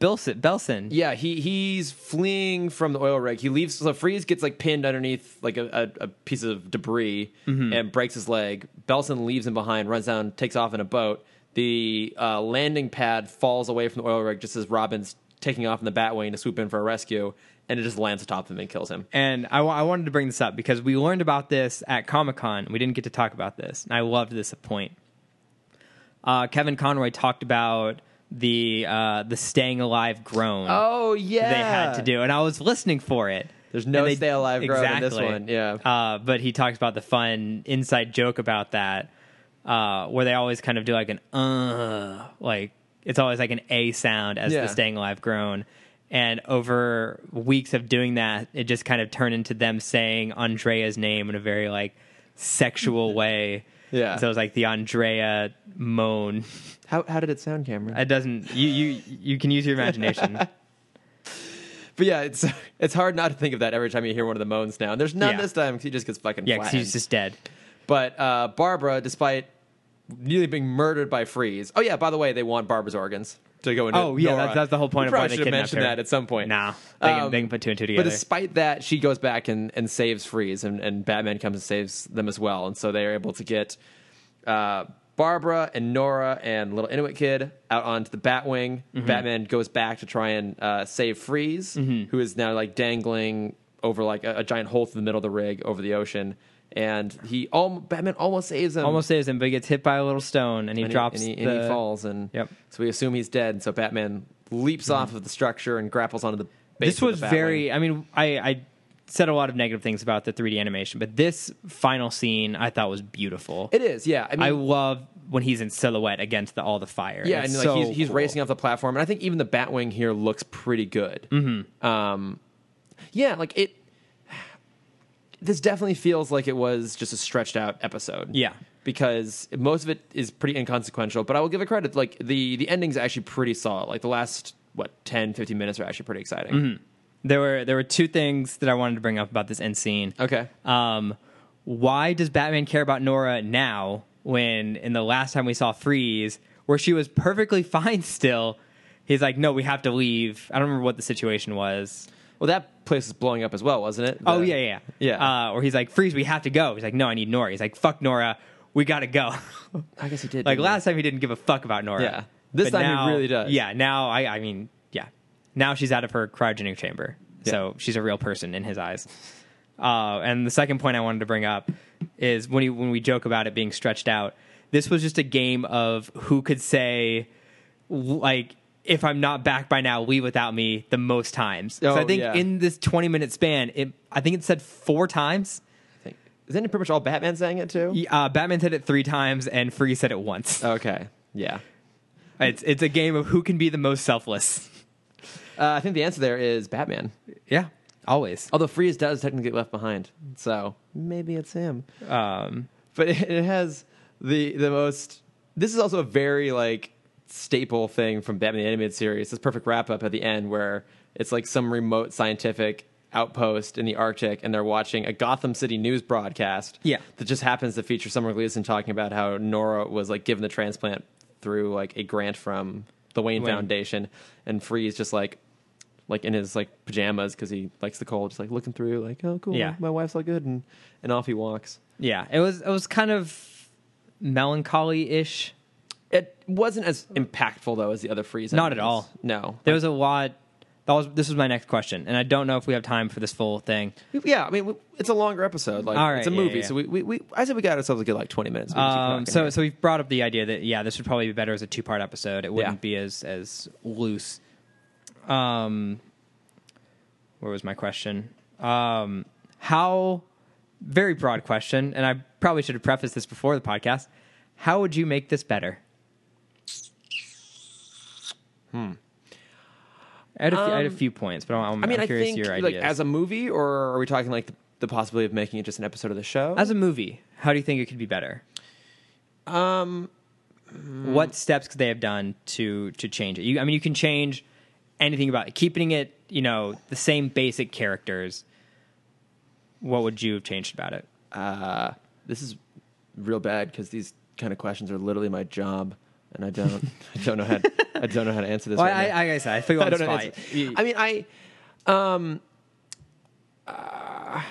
S2: Belson. Belson.
S1: Yeah, he he's fleeing from the oil rig. He leaves. So Freeze gets like pinned underneath like a, a, a piece of debris
S2: Mm-hmm.
S1: and breaks his leg. Belson leaves him behind, runs down, takes off in a boat. The uh, landing pad falls away from the oil rig just as Robin's taking off in the Batwing to swoop in for a rescue, and it just lands atop him and kills him.
S2: And I wa- I wanted to bring this up because we learned about this at Comic Con. We didn't get to talk about this. And I loved this point. Uh, Kevin Conroy talked about the uh, the staying alive groan.
S1: Oh yeah,
S2: they had to do, and I was listening for it.
S1: There's no
S2: And
S1: stay alive groan in this one, yeah.
S2: Uh, but he talks about the fun inside joke about that, uh, where they always kind of do like an uh, like it's always like an a sound as
S1: Yeah.
S2: the staying alive groan. And over weeks of doing that, it just kind of turned into them saying Andrea's name in a very like sexual way.
S1: Yeah.
S2: So it was like the Andrea moan.
S1: How how did it sound, Cameron?
S2: It doesn't you you you can use your imagination.
S1: but yeah, it's it's hard not to think of that every time you hear one of the moans now. And there's none
S2: Yeah.
S1: this time because he just gets fucking
S2: yeah, 'cause
S1: flattened.
S2: he's just dead.
S1: But uh, Barbara, despite nearly being murdered by Freeze, oh yeah, by the way, they want Barbara's organs. to go into.
S2: Oh yeah,
S1: Nora.
S2: that's, that's the whole point
S1: We
S2: of why
S1: probably
S2: they
S1: should have
S2: kidnapped
S1: mentioned
S2: her.
S1: that at some point.
S2: Nah, they can,
S1: Um,
S2: they can put two and two
S1: But
S2: together.
S1: despite that, she goes back and, and saves Freeze, and, and Batman comes and saves them as well. And so they are able to get uh, Barbara and Nora and little Inuit kid out onto the Batwing.
S2: Mm-hmm.
S1: Batman goes back to try and uh, save Freeze,
S2: Mm-hmm.
S1: who is now like dangling over like a, a giant hole through the middle of the rig over the ocean. And he, al- Batman almost saves him.
S2: Almost saves him, but he gets hit by a little stone and he
S1: And he-
S2: drops.
S1: and he,
S2: the,
S1: and he falls and
S2: Yep. Mm-hmm.
S1: so we assume he's dead and so batman leaps off of the structure and grapples onto the base
S2: This
S1: of
S2: was
S1: the Batwing.
S2: very. I mean, I, I said a lot of negative things about the 3D animation, but this final scene I thought was beautiful.
S1: it is yeah i mean
S2: I love when he's in silhouette against the, all the fire.
S1: yeah
S2: It's
S1: and like
S2: so
S1: he's, he's
S2: cool.
S1: racing off the platform and i think even the batwing here looks pretty good mm-hmm. um yeah like it this definitely feels like it was just a stretched out episode
S2: Yeah.
S1: because most of it is pretty inconsequential but i will give it credit like the the ending's actually pretty solid like the last what 10 15 minutes are actually pretty exciting
S2: Mm-hmm. There were there were two things that I wanted to bring up about this end scene.
S1: okay
S2: Um, why does Batman care about Nora now when in the last time we saw Freeze, where she was perfectly fine still, he's like, no, we have to leave. I don't remember what the situation was.
S1: well that place is blowing up as well wasn't it
S2: Oh
S1: The-
S2: yeah, yeah,
S1: Yeah.
S2: Uh, or he's like, "Freeze, we have to go." He's like, "No, I need Nora." He's like, "Fuck Nora, we gotta go."
S1: I guess he did.
S2: like
S1: didn't
S2: last time, he didn't give a fuck about Nora.
S1: Mm-hmm. Yeah. This time he really does.
S2: Yeah. Now, I, I mean, yeah. Now she's out of her cryogenic chamber, so she's a real person in his eyes. Uh, and the second point I wanted to bring up is when he, when we joke about it being stretched out, this was just a game of who could say like if I'm not back by now, leave without me the most times. so
S1: Oh,
S2: I think
S1: yeah.
S2: in this 20 minute span, it I think it said four times.
S1: he? Think- Isn't it pretty much all Batman saying it too?
S2: He- Uh, Batman said it three times, and Free said it once.
S1: Okay. Yeah.
S2: It's it's a game of who can be the most selfless.
S1: Uh, I think the answer there is Batman.
S2: Yeah, always.
S1: Although Freeze does technically get left behind, so maybe it's him.
S2: Um,
S1: But it, it has the the most. This is also a very like staple thing from Batman the animated series. This perfect wrap up at the end where it's like some remote scientific outpost in the Arctic, and they're watching a Gotham City news broadcast.
S2: Yeah.
S1: that just happens to feature Summer Gleason talking about how Nora was like given the transplant through like a grant from the Wayne,
S2: Wayne.
S1: Foundation, and Freeze just like like in his like pajamas because he likes the cold, just like looking through like oh cool,
S2: Yeah.
S1: my wife's all good, and and off he walks.
S2: yeah, it was it was kind of melancholy ish.
S1: It wasn't as impactful though as the other freeze.
S2: Not
S1: endings.
S2: at all.
S1: No.
S2: There was a lot. That was this was my next question, and I don't know if we have time for this full thing.
S1: yeah, I mean, we- it's a longer episode. Like
S2: All right,
S1: it's a
S2: yeah,
S1: movie,
S2: yeah.
S1: so we, we, we I said we got ourselves a good like twenty minutes. We can keep
S2: Um,
S1: talking
S2: so
S1: here.
S2: so we've brought up the idea that yeah, this would probably be better as a two part episode. It wouldn't
S1: Yeah.
S2: be as as loose. Um, where was my question? Um, how very broad question, and I probably should have prefaced this before the podcast. How would you make this better? Hmm. I had a few, I had a few points, but I'm,
S1: Um, I mean,
S2: I'm
S1: I
S2: curious
S1: think
S2: your
S1: like
S2: ideas.
S1: as a movie, or are we talking like the, the possibility of making it just an episode of the show?
S2: As a movie, how do you think it could be better? Um, what steps could they have done to to change it? You, I mean, you can change anything about it. keeping it, you know, the same basic characters. What would you have changed about it?
S1: uh, this is real bad because these kind of questions are literally my job, and I don't I don't know how to, I don't know how to answer this.
S2: Well,
S1: right
S2: I,
S1: now.
S2: I, I, I figured
S1: I
S2: out
S1: don't know. It's- I mean, I, um, uh,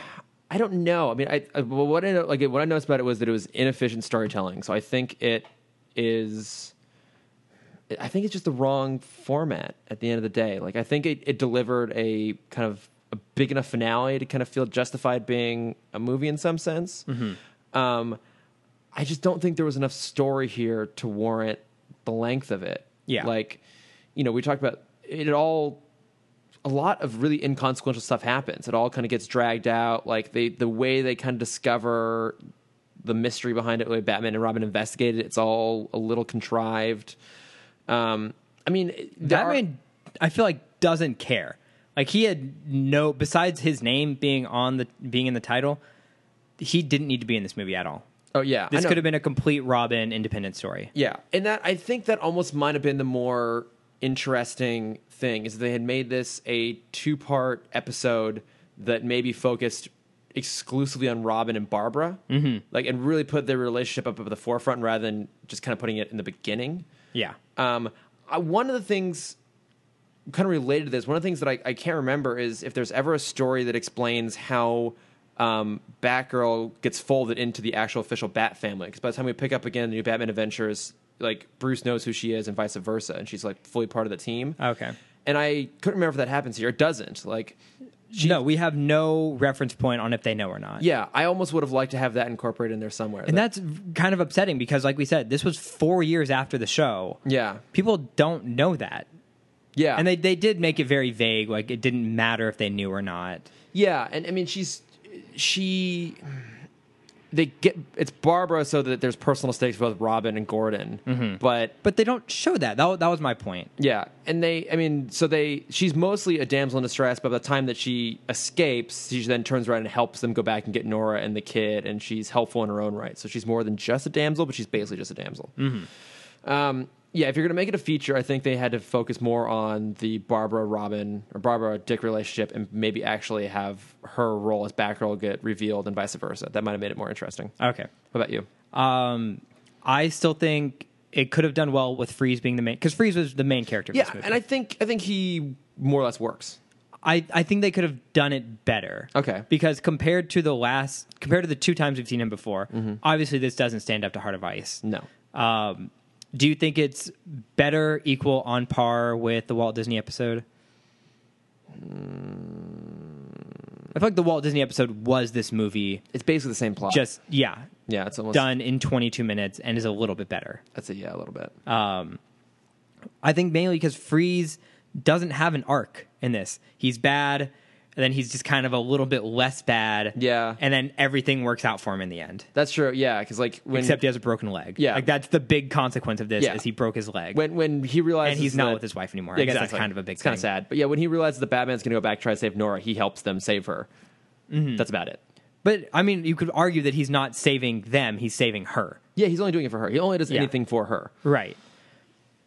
S1: I don't know. I mean, I, I well, what I know, like what I noticed about it was that it was inefficient storytelling. So I think it is. I think it's just the wrong format at the end of the day. Like I think it, it delivered a kind of a big enough finale to kind of feel justified being a movie in some sense. Um, I just don't think there was enough story here to warrant the length of it.
S2: Yeah.
S1: Like, you know, we talked about it all a lot of really inconsequential stuff happens. It all kind of gets dragged out. Like they, the way they kind of discover the mystery behind it, the way Batman and Robin investigate it, it's all a little contrived. Um, I mean, there are-
S2: Batman, I feel like doesn't care. Like he had no besides his name being on the being in the title, he didn't need to be in this movie at all.
S1: oh yeah, I
S2: This
S1: know.
S2: could have been a complete Robin independent story.
S1: Yeah, and that I think that almost might have been the more interesting thing is they had made this a two-part episode that maybe focused exclusively on Robin and Barbara, mm-hmm. like and really put their relationship up at the forefront rather than just kind of putting it in the beginning.
S2: Yeah.
S1: Um, I, one of the things kind of related to this, one of the things that I, I can't remember is if there's ever a story that explains how um, Batgirl gets folded into the actual official Bat family. Because by the time we pick up again the new Batman Adventures, like Bruce knows who she is and vice versa, and she's like fully part of the team.
S2: Okay.
S1: And I couldn't remember if that happens here. It doesn't. Like,
S2: no, we have no reference point on if they know or not.
S1: yeah, I almost would have liked to have that incorporated in there somewhere.
S2: And that's kind of upsetting because, like we said, this was four years after the show.
S1: yeah,
S2: People don't know that.
S1: yeah,
S2: And they, they did make it very vague. Like, it didn't matter if they knew or not.
S1: Yeah, and I mean she's she they get it's Barbara so that there's personal stakes with both Robin and Gordon. But
S2: But they don't show that. That, wa- that was my point.
S1: yeah, and they I mean so they she's mostly a damsel in distress, but by the time that she escapes, she then turns around and helps them go back and get Nora and the kid, and she's helpful in her own right. So she's more than just a damsel, but she's basically just a damsel. Um, yeah, if you're going to make it a feature, I think they had to focus more on the Barbara Robin or Barbara Dick relationship and maybe actually have her role as Batgirl get revealed and vice versa. That might have made it more interesting.
S2: Okay.
S1: What about you?
S2: Um, I still think it could have done well with Freeze being the main because Freeze was the main character. Of
S1: Yeah,
S2: this movie.
S1: and I think I think he more or less works.
S2: I, I think they could have done it better.
S1: Okay.
S2: Because compared to the last, compared to the two times we've seen him before,
S1: Mm-hmm.
S2: obviously this doesn't stand up to Heart of Ice.
S1: No.
S2: Um, do you think it's better, equal, on par with the Walt Disney episode? I feel like the Walt Disney episode was this movie,
S1: It's basically the same plot.
S2: just yeah,
S1: yeah, it's almost
S2: done in 22 minutes and is a little bit better.
S1: That's it. Yeah, a little bit.
S2: I think mainly because Freeze doesn't have an arc in this. He's bad, and then he's just kind of a little bit less bad.
S1: Yeah.
S2: And then everything works out for him in the end.
S1: That's true. Yeah, because like when
S2: Except he has a broken leg.
S1: Yeah.
S2: Like that's the big consequence of this
S1: Yeah.
S2: is he broke his leg.
S1: when when he realizes
S2: and he's not
S1: that-
S2: with his wife anymore.
S1: Yeah,
S2: I guess
S1: exactly.
S2: that's kind of a big
S1: It's kind of
S2: thing.
S1: sad, but yeah, when he realizes that Batman's going to go back try to save Nora, he helps them save her.
S2: Mm-hmm.
S1: That's about it.
S2: But I mean, you could argue that he's not saving them, he's saving her.
S1: Yeah, he's only doing it for her. He only does
S2: Yeah.
S1: anything for her.
S2: Right.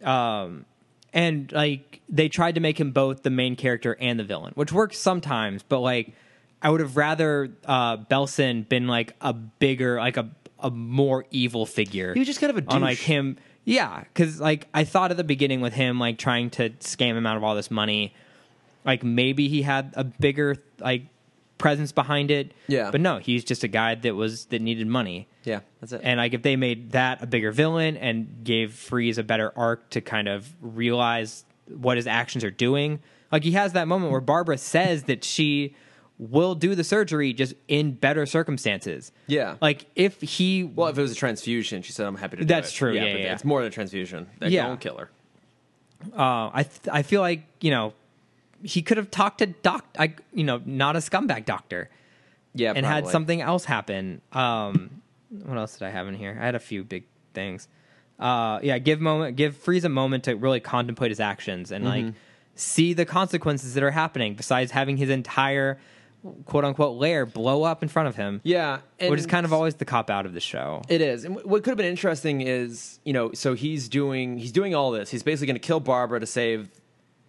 S2: Um and like they tried to make him both the main character and the villain, which works sometimes, but like I would have rather uh Belson been like a bigger like a a more evil figure.
S1: He was just kind of a
S2: on like
S1: douche.
S2: him yeah, cuz like I thought at the beginning with him like trying to scam him out of all this money, like maybe he had a bigger like presence behind it.
S1: Yeah.
S2: But no, he's just a guy that was that needed money.
S1: Yeah, that's it.
S2: And like if they made that a bigger villain and gave Freeze a better arc to kind of realize what his actions are doing. Like he has that moment where Barbara says that she will do the surgery just in better circumstances.
S1: Yeah.
S2: Like if he
S1: well, if it was a transfusion, she said, "I'm happy to." do
S2: That's
S1: it."
S2: true, yeah,
S1: but
S2: yeah.
S1: it's more than a transfusion. That
S2: Yeah.
S1: won't kill her.
S2: uh, I th- I feel like, you know, he could have talked to doc I you know, not a scumbag doctor
S1: Yeah,
S2: and had
S1: probably.
S2: something else happen. Um what else did I have in here? I had a few big things. Uh yeah, give moment give Freeze a moment to really contemplate his actions and
S1: Mm-hmm.
S2: like see the consequences that are happening besides having his entire quote unquote lair blow up in front of him.
S1: Yeah, and
S2: Which is kind of always the cop out of the show.
S1: It is, and wh- what could have been interesting is you know, so he's doing he's doing all this. He's basically going to kill Barbara to save,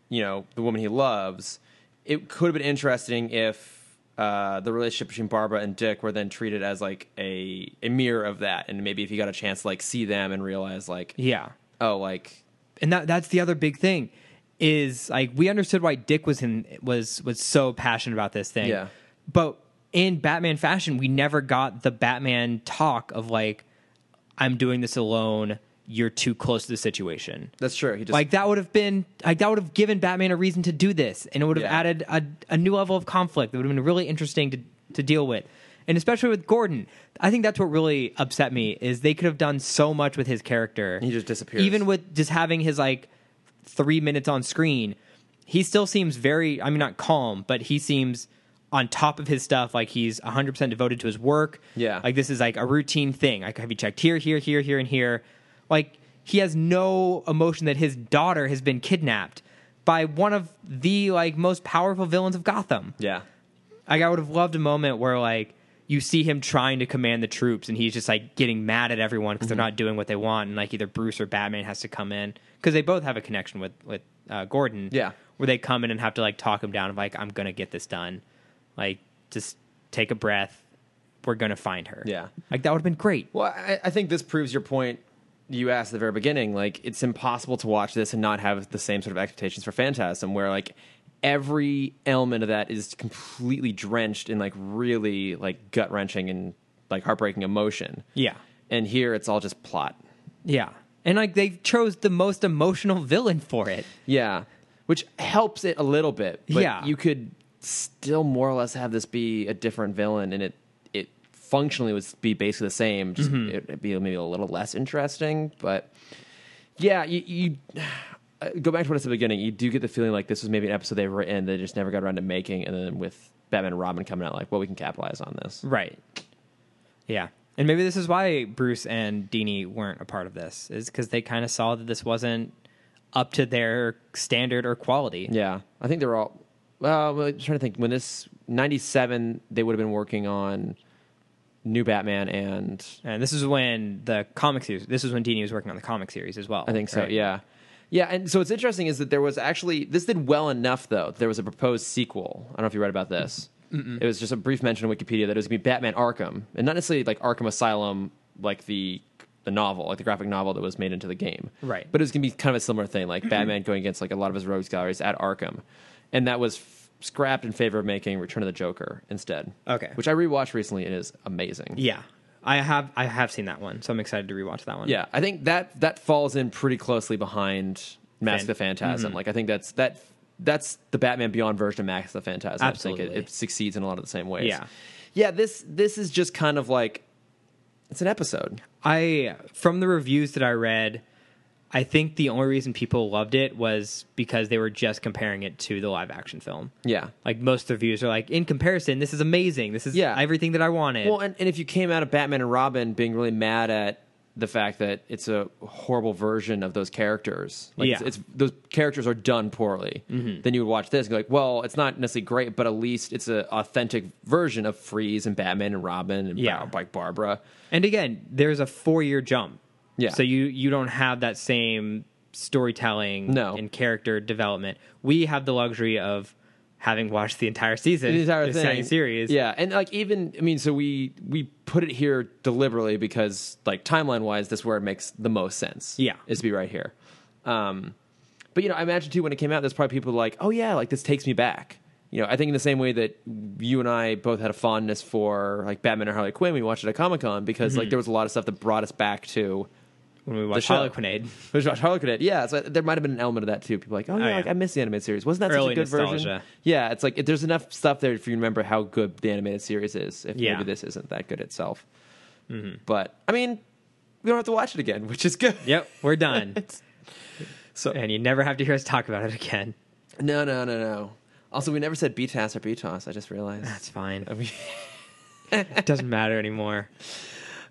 S1: you know, the woman he loves. It could have been interesting if uh, the relationship between Barbara and Dick were then treated as like a a mirror of that, and maybe if he got a chance to like see them and realize like,
S2: yeah.
S1: oh, like
S2: and that that's the other big thing is like we understood why Dick was in was was so passionate about this thing.
S1: Yeah.
S2: But in Batman fashion, we never got the Batman talk of like, I'm doing this alone. You're too close to the situation.
S1: that's true. He just
S2: Like that would have been like that would have given Batman a reason to do this, and it would have
S1: Yeah.
S2: added a, a new level of conflict that would have been really interesting to to deal with, and especially with Gordon. I think that's what really upset me is they could have done so much with his character.
S1: He just disappears.
S2: Even with just having his like three minutes on screen, he still seems very. I mean, not calm, but he seems on top of his stuff. Like he's 100 percent devoted to his work.
S1: Yeah.
S2: like this is like a routine thing. Like, have you checked here, here, here, here, and here? Like, he has no emotion that his daughter has been kidnapped by one of the like most powerful villains of Gotham.
S1: yeah.
S2: Like, I would have loved a moment where like you see him trying to command the troops, and he's just like getting mad at everyone
S1: Mm-hmm.
S2: because they're not doing what they want, and like either Bruce or Batman has to come in because they both have a connection with with uh, Gordon.
S1: Yeah.
S2: where they come in and have to like talk him down of like I'm gonna get this done, like just take a breath. We're gonna find her.
S1: Yeah.
S2: like that would have been great.
S1: Well, I, I think this proves your point you asked at the very beginning, like it's impossible to watch this and not have the same sort of expectations for Phantasm, where like every element of that is completely drenched in like really like gut wrenching and like heartbreaking emotion.
S2: Yeah.
S1: And here it's all just plot.
S2: Yeah. And like they chose the most emotional villain for it.
S1: Yeah. Which helps it a little bit. But
S2: Yeah.
S1: you could still more or less have this be a different villain and it it functionally would be basically the same. Just it, would be maybe a little less interesting. But yeah, you, you uh, go back to what I said at the beginning, you do get the feeling like this was maybe an episode they were in that they just never got around to making and then with Batman and Robin coming out like, well we can capitalize on this.
S2: Right. Yeah. And maybe this is why Bruce and Dini weren't a part of this, is because they kind of saw that this wasn't up to their standard or quality.
S1: Yeah, I think they're all. Well, I'm trying to think. When this '97, they would have been working on New Batman, and
S2: And this is when the comic series, this is when Dini was working on the comic series as well.
S1: I think so.
S2: right?
S1: Yeah, yeah. And so what's interesting is that there was actually this did well enough though. that There was a proposed sequel. I don't know if you read about this. It was just a brief mention on Wikipedia that it was going to be Batman Arkham, and not necessarily like Arkham Asylum, like the the novel, like the graphic novel that was made into the game.
S2: Right.
S1: But it was going to be kind of a similar thing, like Batman going against like a lot of his rogues galleries at Arkham, and that was f- scrapped in favor of making Return of the Joker instead.
S2: Okay.
S1: Which I rewatched recently and is amazing.
S2: Yeah. I have I have seen that one, so I'm excited to rewatch that one.
S1: Yeah, I think that that falls in pretty closely behind Mask of the
S2: mm-hmm.
S1: Phantasm. Like I think that's that that's the Batman Beyond version of Mask of the Phantasm. I think
S2: Absolutely.
S1: it, it succeeds in a lot of the same ways.
S2: Yeah.
S1: yeah. This this is just kind of like it's an episode.
S2: I from the reviews that I read, I think the only reason people loved it was because they were just comparing it to the live action film.
S1: Yeah.
S2: Like most reviews are like, in comparison, this is amazing. This is
S1: Yeah.
S2: everything that I wanted.
S1: Well, and, and if you came out of Batman and Robin being really mad at the fact that it's a horrible version of those characters, like
S2: Yeah. Mm-hmm.
S1: it's, it's those characters are done poorly, then you would watch this and go like, well, it's not necessarily great, but at least it's an authentic version of Freeze and Batman and Robin and
S2: Yeah.
S1: Bar- like Barbara.
S2: and again, there's a four year jump.
S1: Yeah.
S2: So you you don't have that same storytelling
S1: No.
S2: and character development. We have the luxury of having watched the entire season,
S1: the entire
S2: this
S1: thing.
S2: second series.
S1: Yeah, and like even I mean, so we we put it here deliberately because like timeline wise, this is where it makes the most sense.
S2: Yeah.
S1: is to be right here. Um, but you know, I imagine too when it came out, there's probably people like, oh yeah, like this takes me back. You know, I think in the same way that you and I both had a fondness for like Batman and Harley Quinn, we watched it at Comic Con because like there was a lot of stuff that brought us back to
S2: When we watched
S1: show.
S2: Harlequinade.
S1: which was Harley Quinn. Yeah, so there might have been an element of that too. People like, oh yeah,
S2: yeah.
S1: Like, I miss the animated series. Wasn't that such
S2: Early
S1: a good version?
S2: nostalgia.
S1: Yeah, it's like it, there's enough stuff there if you remember how good the animated series is. If
S2: Yeah. Mm-hmm.
S1: maybe this isn't that good itself, but I mean, we don't have to watch it again, which is good.
S2: Yep, we're done.
S1: So
S2: and you never have to hear us talk about it again.
S1: no, no, no, no. Also, we never said BTAS or BTOS. I just realized.
S2: That's fine.
S1: mean-
S2: it doesn't matter anymore.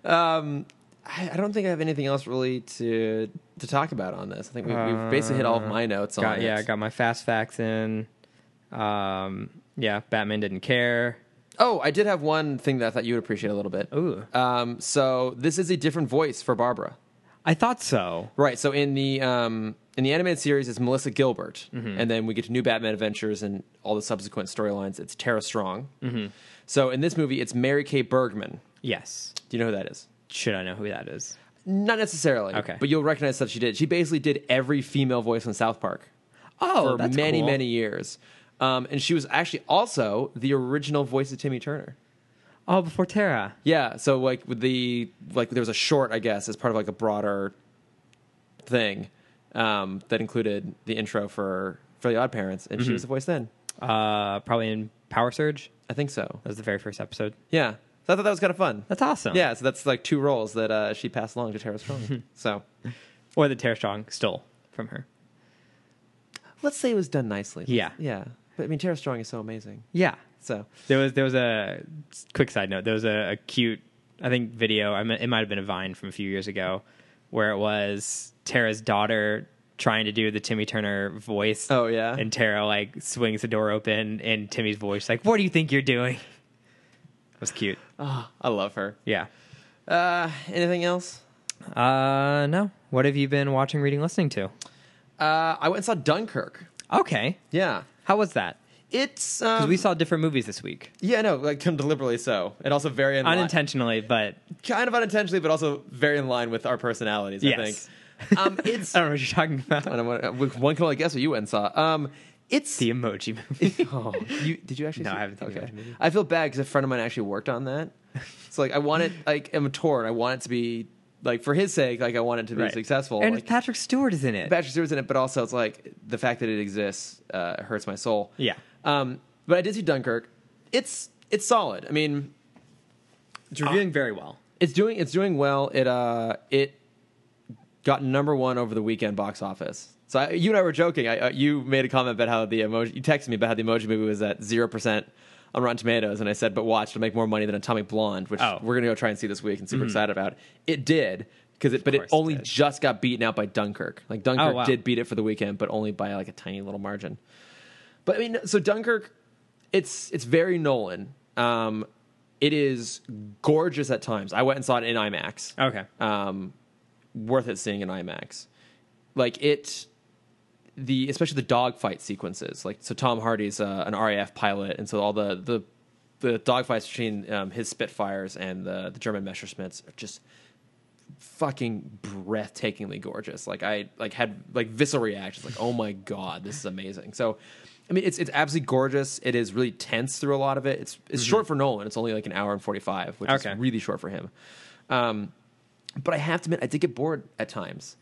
S1: Um, I, I don't think I have anything else really to to talk about on this. I think we, we've basically hit all of my notes
S2: Got
S1: on
S2: yeah,
S1: it.
S2: got my fast facts in. Um, yeah, Batman didn't care.
S1: Oh, I did have one thing that I thought you would appreciate a little bit.
S2: Ooh.
S1: Um, so this is a different voice for Barbara.
S2: I thought so.
S1: Right. So in the um, in the animated series, it's Melissa Gilbert,
S2: Mm-hmm.
S1: and then we get to New Batman Adventures and all the subsequent storylines. It's Tara Strong. Mm-hmm. So in this movie, it's Mary Kay Bergman.
S2: Yes.
S1: Do you know who that is?
S2: Should I know who that is?
S1: Not necessarily.
S2: Okay.
S1: But you'll recognize stuff she did. She basically did every female voice on South Park
S2: Oh,
S1: for many many years, um, and she was actually also the original voice of Timmy Turner.
S2: Oh, before Tara.
S1: Yeah, so like with the like there was a short, I guess, as part of like a broader thing um, that included the intro for for the Odd Parents,
S2: Mm-hmm.
S1: and she was the voice then.
S2: Uh, probably in Power Surge.
S1: I think so.
S2: That was the very first episode.
S1: Yeah, so I thought that was kind of fun.
S2: That's awesome.
S1: Yeah, so that's like two roles that uh, she passed along to Tara Strong. so
S2: Or that Tara Strong stole from her.
S1: let's say it was done nicely.
S2: Yeah.
S1: yeah. But I mean, Tara Strong is so amazing.
S2: Yeah.
S1: So
S2: There was there was a quick side note. There was a, a cute, I think, video. I mean, it might have been a Vine from a few years ago, where it was Tara's daughter trying to do the Timmy Turner voice.
S1: Oh, yeah?
S2: and Tara like swings the door open, and Timmy's voice like, "What do you think you're doing?" It was cute.
S1: ah, I love her.
S2: Yeah.
S1: Uh, anything else?
S2: Uh, no. What have you been watching, reading, listening to?
S1: Uh, I went and saw Dunkirk.
S2: Okay.
S1: Yeah,
S2: How was that?
S1: It's
S2: Because
S1: um,
S2: we saw different movies this week,
S1: yeah, no, like deliberately so, and also very in line,
S2: unintentionally, but
S1: kind of unintentionally, but also very in line with our personalities.
S2: yes.
S1: I think. Um, it's
S2: I don't know what you're talking about.
S1: I don't want, one can only guess what you went and saw. Um, it's
S2: The emoji movie.
S1: oh, you did you actually?
S2: No,
S1: see-
S2: I haven't seen the
S1: okay.
S2: original movie.
S1: I feel bad because a friend of mine actually worked on that. So like, I want it. Like, I'm torn. I want it to be like for his sake. Like, I want it to be
S2: Right.
S1: successful.
S2: And
S1: like,
S2: Patrick Stewart is in it.
S1: Patrick Stewart's in it, but also it's like the fact that it exists uh, hurts my soul.
S2: Yeah.
S1: Um, but I did see Dunkirk. It's it's solid. I mean,
S2: It's reviewing very well.
S1: it's doing it's doing well. It uh it got number one over the weekend box office. So I, you and I were joking. I, uh, you made a comment about how the emoji. You texted me about how the emoji movie was at zero percent on Rotten Tomatoes, and I said, "But watch, it'll make more money than Atomic Blonde," which
S2: Oh. Mm-hmm.
S1: we're gonna go try and see this week and super excited about. It did because it, but it
S2: course it
S1: only
S2: did. Oh,
S1: just got beaten out by Dunkirk. Like Dunkirk
S2: wow.
S1: did beat it for the weekend, but only by like a tiny little margin. But I mean, so Dunkirk, it's it's very Nolan. Um, it is gorgeous at times. I went and saw it in IMAX.
S2: Okay.
S1: Um, worth it seeing in IMAX. Like it, the especially the dogfight sequences. Like so, Tom Hardy's uh, an RAF pilot, and so all the the the dogfights between um, his Spitfires and the the German Messerschmitts are just fucking breathtakingly gorgeous. Like I like had like visceral reactions. Like oh my god, this is amazing. So, I mean, it's it's absolutely gorgeous. It is really tense through a lot of it. It's it's short for Nolan. It's only like an hour and forty five, which
S2: Okay.
S1: is really short for him. Um, but I have to admit, I did get bored at times,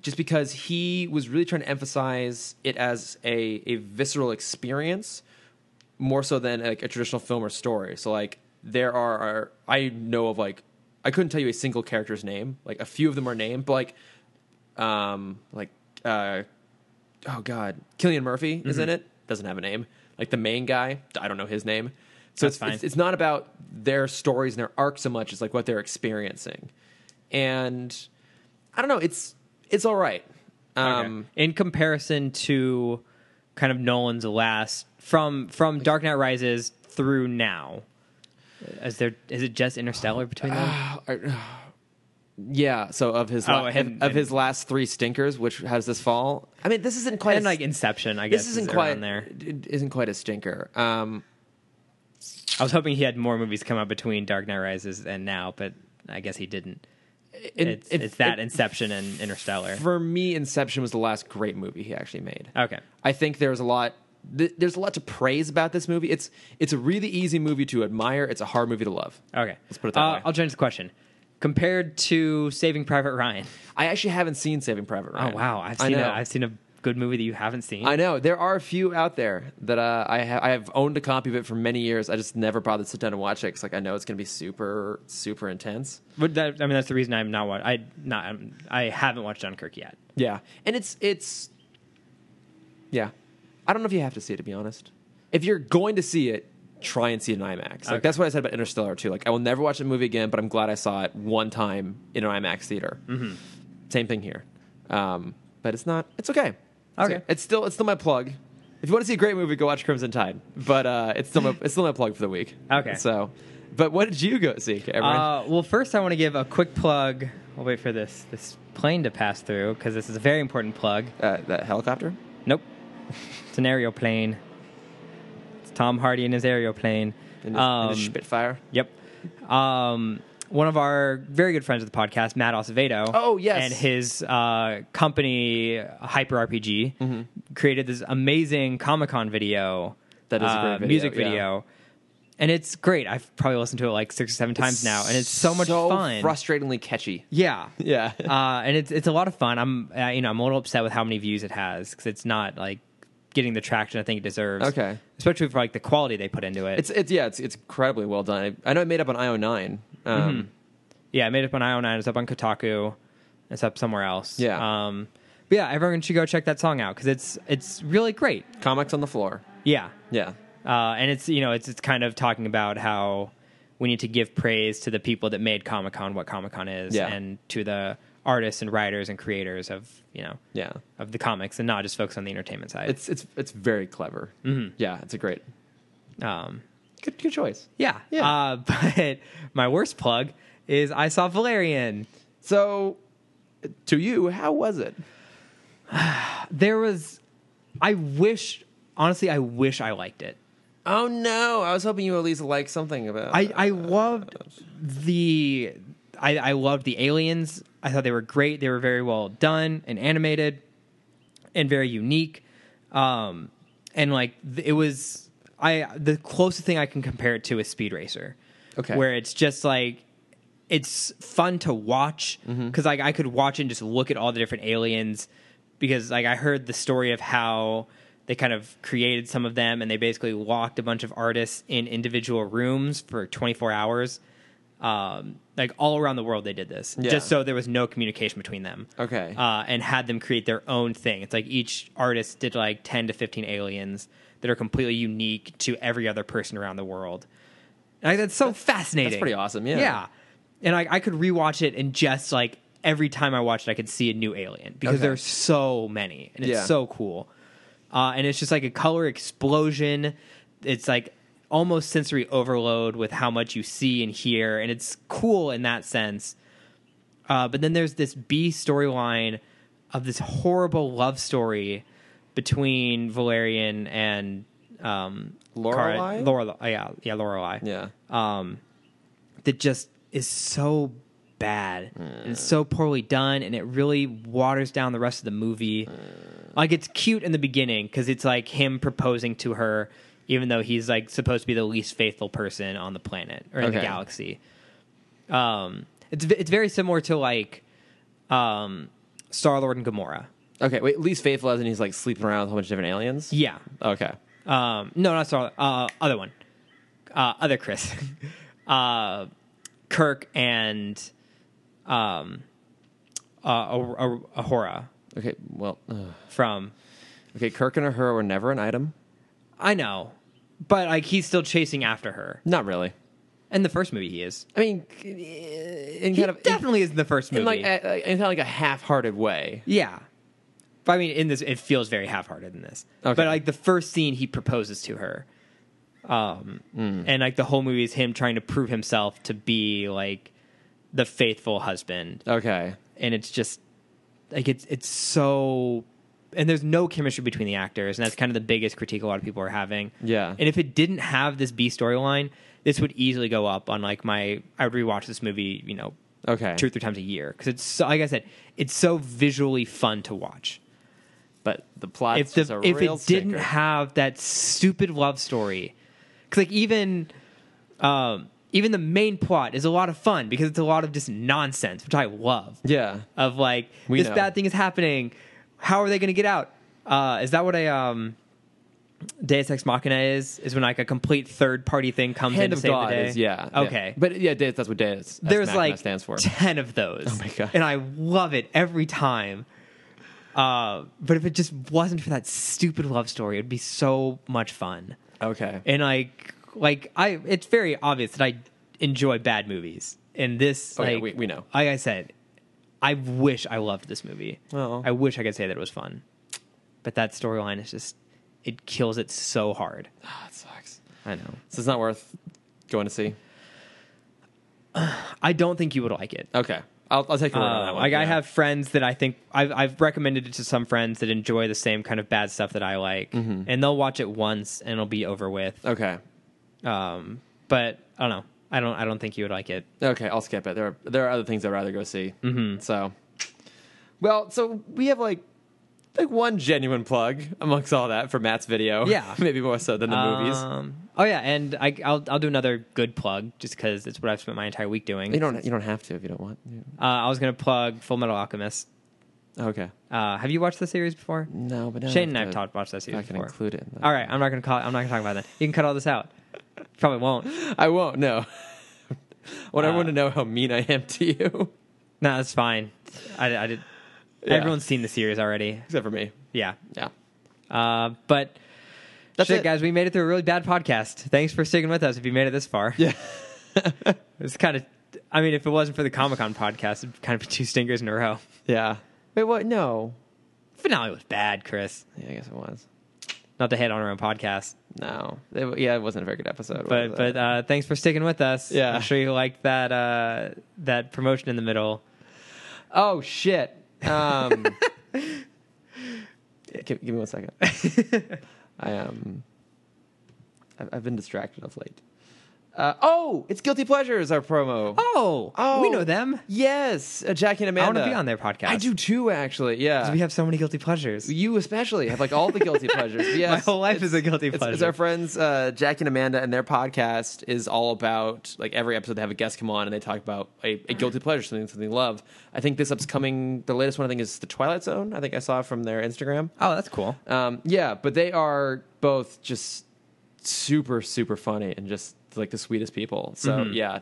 S1: just because he was really trying to emphasize it as a a visceral experience more so than like a traditional film or story. So like there are, are I know of like I couldn't tell you a single character's name. Like a few of them are named, but like um like uh oh god, Killian Murphy
S2: Mm-hmm.
S1: is in it. Doesn't have a name. Like the main guy, I don't know his name. So it's, it's
S2: That's fine.
S1: it's not about their stories and their arcs so much. It's like what they're experiencing, and I don't know. It's it's all right. Um,
S2: Okay. in comparison to kind of Nolan's last from from Dark Knight Rises through now, is there is it just Interstellar between them?
S1: Uh, Yeah, so of his
S2: Oh,
S1: la-
S2: and-
S1: of his last three stinkers, which has this fall. I mean, this isn't quite
S2: and
S1: a-
S2: like Inception, I guess
S1: this isn't
S2: is
S1: quite
S2: around there.
S1: it isn't quite a stinker. Um,
S2: I was hoping he had more movies come out between Dark Knight Rises and now, but I guess he didn't.
S1: it-
S2: it's,
S1: it-
S2: it's that
S1: it-
S2: Inception and Interstellar.
S1: for me, Inception was the last great movie he actually made.
S2: Okay.
S1: I think there's a lot. Th- there's a lot to praise about this movie. It's it's a really easy movie to admire. It's a hard movie to love.
S2: Okay.
S1: Let's put it that
S2: uh,
S1: way.
S2: I'll change the question. Compared to Saving Private Ryan.
S1: I actually haven't seen Saving Private
S2: Oh
S1: Ryan.
S2: wow, I've
S1: I
S2: seen a,
S1: know.
S2: I've seen a good movie that you haven't seen.
S1: I know there are a few out there that uh, I ha- I have owned a copy of it for many years. I just never bothered to sit down and watch it because like I know it's going to be super super intense.
S2: But that, I mean, that's the reason I'm not watch. I not I'm, I haven't watched Dunkirk yet.
S1: Yeah, and it's it's yeah. I don't know if you have to see it to be honest. If you're going to see it, try and see it in IMAX. Like
S2: Okay.
S1: that's what I said about Interstellar too. Like I will never watch the movie again, but I'm glad I saw it one time in an IMAX theater. Mm-hmm. Same thing here, um, but it's not. It's okay. It's
S2: Okay.
S1: it's still it's still my plug. If you want to see a great movie, go watch Crimson Tide. But uh, it's still my, it's still my plug for the week.
S2: Okay.
S1: So, but what did you go see, Cameron?
S2: Uh, well, first I want to give a quick plug. I'll wait for this this plane to pass through because this is a very important plug.
S1: uh, that helicopter.
S2: Nope, it's an aeroplane. It's Tom Hardy in his aeroplane.
S1: And his, and
S2: um,
S1: his Spitfire.
S2: Yep. Um, one of our very good friends of the podcast, Matt Acevedo.
S1: Oh, yes.
S2: And his uh, company, Hyper RPG, created this amazing Comic Con video.
S1: Mm-hmm. That is a great
S2: uh,
S1: video,
S2: music
S1: yeah.
S2: video. And it's great. I've probably listened to it like six or seven times now, and it's so much fun.
S1: Frustratingly catchy. Um,
S2: yeah.
S1: Yeah.
S2: uh, and it's it's a lot of fun. I'm uh, you know I'm a little upset with how many views it has because it's not like getting the traction I think it deserves.
S1: Okay.
S2: especially for like the quality they put into it.
S1: It's it's yeah, it's it's incredibly well done. I, I know it made up on IO9. Um,
S2: Mm-hmm. Yeah, I made it up on IO9. It's up on Kotaku. It's up somewhere else.
S1: Yeah.
S2: Um, but yeah, everyone should go check that song out because it's it's really great.
S1: Comics on the floor.
S2: Yeah.
S1: Yeah.
S2: Uh, and it's you know it's it's kind of talking about how we need to give praise to the people that made Comic Con what Comic Con is,
S1: Yeah.
S2: and to the artists and writers and creators of you know
S1: Yeah.
S2: of the comics, and not just focus on the entertainment side.
S1: It's it's it's very clever.
S2: Mm-hmm.
S1: Yeah, it's a great
S2: um,
S1: good good choice.
S2: yeah.
S1: Yeah.
S2: Uh, but my worst plug is I saw Valerian.
S1: So to you, how was it?
S2: there was i wish honestly i wish i liked it
S1: Oh no! I was hoping you at least liked something about.
S2: I, I loved the I, I loved the aliens. I thought they were great. They were very well done and animated and very unique. Um, and like th- it was I the closest thing I can compare it to is Speed Racer.
S1: Okay.
S2: Where it's just like it's fun to watch because
S1: Mm-hmm.
S2: like I could watch and just look at all the different aliens because like I heard the story of how they kind of created some of them and they basically locked a bunch of artists in individual rooms for 24 hours. Um, like all around the world, they did this
S1: Yeah.
S2: just so there was no communication between them.
S1: Okay.
S2: uh, and had them create their own thing. It's like each artist did like 10 to 15 aliens that are completely unique to every other person around the world. Like, that's so fascinating.
S1: pretty awesome, yeah.
S2: Yeah. And I, I could rewatch it and just like every time I watched it, I could see a new alien because
S1: Okay.
S2: there's so many and it's
S1: Yeah.
S2: so cool. Uh, and it's just like a color explosion. It's like almost sensory overload with how much you see and hear. And it's cool in that sense. Uh, but then there's this B storyline of this horrible love story between Valerian and um,
S1: Lorelei?
S2: Laura, yeah, yeah, Lorelai
S1: yeah.
S2: uh, that just is so bad and it's so poorly done and it really waters down the rest of the movie like it's cute in the beginning because it's like him proposing to her even though he's like supposed to be the least faithful person on the planet or in the
S1: Okay.
S2: galaxy um it's v- it's very similar to like um star lord and gamora
S1: Okay. Wait. Least faithful as in he's like sleeping around with a whole bunch of different aliens.
S2: yeah
S1: Okay.
S2: Um, no, not Star. Uh, other one. Uh, other Chris. uh, Kirk and um, uh, Ah- Ah- Ahura
S1: Okay. Well. ugh.
S2: from.
S1: Okay. Kirk and her were never an item.
S2: I know, but like he's still chasing after her.
S1: Not really.
S2: In the first movie, he is.
S1: I mean, uh, in
S2: He
S1: kind of
S2: definitely is in the first
S1: in,
S2: movie.
S1: in like a, in kind of like a half-hearted way.
S2: yeah. But I mean, in this, it feels very half-hearted in this.
S1: Okay.
S2: But like the first scene, he proposes to her, um, and like the whole movie is him trying to prove himself to be like the faithful husband.
S1: Okay.
S2: and it's just like it's it's so and there's no chemistry between the actors and that's kind of the biggest critique a lot of people are having
S1: Yeah.
S2: and if it didn't have this b storyline this would easily go up on like my i would rewatch this movie you know
S1: Okay.
S2: two or three times a year because it's so, like i said it's so visually fun to watch
S1: But the plot
S2: if
S1: is
S2: the
S1: a
S2: if
S1: real
S2: it didn't
S1: stinker.
S2: have that stupid love story, because like even um, even the main plot is a lot of fun because it's a lot of just nonsense, which I love.
S1: Yeah.
S2: of like
S1: We
S2: this
S1: know.
S2: bad thing is happening. How are they going to get out? Uh, is that what a um, Deus Ex Machina is? Is when like a complete third party thing comes in
S1: Hand
S2: to
S1: of
S2: save
S1: God
S2: the day?
S1: is yeah. yeah.
S2: Okay,
S1: But yeah, Deus, that's what Deus.
S2: there's
S1: Machina
S2: like
S1: stands for. Oh
S2: ten of those.
S1: my God.
S2: And I love it every time. Uh, but if it just wasn't for that stupid love story, it'd be so much fun.
S1: Okay.
S2: And like, like I, it's very obvious that I enjoy bad movies. And this,
S1: Oh, yeah,
S2: like,
S1: we- we know.
S2: Like I said, I wish I loved this movie.
S1: Oh.
S2: I wish I could say that it was fun. But that storyline is just, it kills it so hard.
S1: Ah, it sucks.
S2: I know.
S1: So it's not worth going to see.
S2: I don't think you would like it.
S1: Okay. I'll, I'll take your word on
S2: Uh,
S1: that one.
S2: like I
S1: yeah.
S2: have friends that I think I've I've recommended it to some friends that enjoy the same kind of bad stuff that I like,
S1: Mm-hmm.
S2: and they'll watch it once and it'll be over with.
S1: Okay.
S2: Um, but I don't know. I don't I don't think you would like it.
S1: Okay, I'll skip it. There are, there are other things I'd rather go see. Mm-hmm. So, well, so we have like like one genuine plug amongst all that for Matt's video.
S2: Yeah.
S1: maybe more so than the movies.
S2: Um, oh yeah, and I, I'll I'll do another good plug just because it's what I've spent my entire week doing.
S1: You
S2: Uh,
S1: don't you don't have to if you don't want.
S2: I was gonna plug Full Metal Alchemist.
S1: Oh, Okay.
S2: Uh, have you watched the series before?
S1: No, but now
S2: Shane and
S1: I
S2: I've
S1: have to-
S2: talked watched that
S1: I
S2: series
S1: can
S2: before.
S1: include it.
S2: All right, I'm not gonna call. I'm not gonna talk about that. You can cut all this out. Probably won't.
S1: I won't. No. I want everyone to know how mean I am to you,
S2: No, that's fine. I, I did. Everyone's seen the series already.
S1: except for me.
S2: Yeah.
S1: Yeah.
S2: Uh, but
S1: That's
S2: shit,
S1: it.
S2: guys, we made it through a really bad podcast. Thanks for sticking with us if you made it this far.
S1: Yeah.
S2: It's kind of, I mean, if it wasn't for the Comic Con podcast, it'd kind of be two stingers in a row.
S1: Yeah. Wait, what? No.
S2: Finale was bad, Chris.
S1: Yeah, I guess it was.
S2: Not to hate on our own podcast,
S1: No. It- yeah, it wasn't a very good episode. was
S2: but
S1: it?
S2: but uh, thanks for sticking with us.
S1: Yeah.
S2: I'm sure you liked that uh, that promotion in the middle.
S1: Oh shit. Um, give, give me one second. I um, I I've, I've been distracted of late. Uh, oh, it's Guilty Pleasures, our promo.
S2: Oh,
S1: Oh.
S2: we know them.
S1: Yes, uh, Jackie and
S2: I
S1: Amanda.
S2: want to be on their podcast.
S1: I do too, actually. Yeah.
S2: We have so many guilty pleasures.
S1: you especially have like all the guilty pleasures. Yes,
S2: My whole life
S1: it's-
S2: is a guilty
S1: It's,
S2: pleasure.
S1: it's our friends uh, Jack and Amanda, and their podcast is all about like every episode they have a guest come on and they talk about a, a guilty pleasure, something something they love. I think this up's coming. The latest one I think is the Twilight Zone. I think I saw from their Instagram.
S2: oh, that's cool.
S1: Um, yeah, but they are both just super super funny and just like the sweetest people. So
S2: Mm-hmm.
S1: yeah,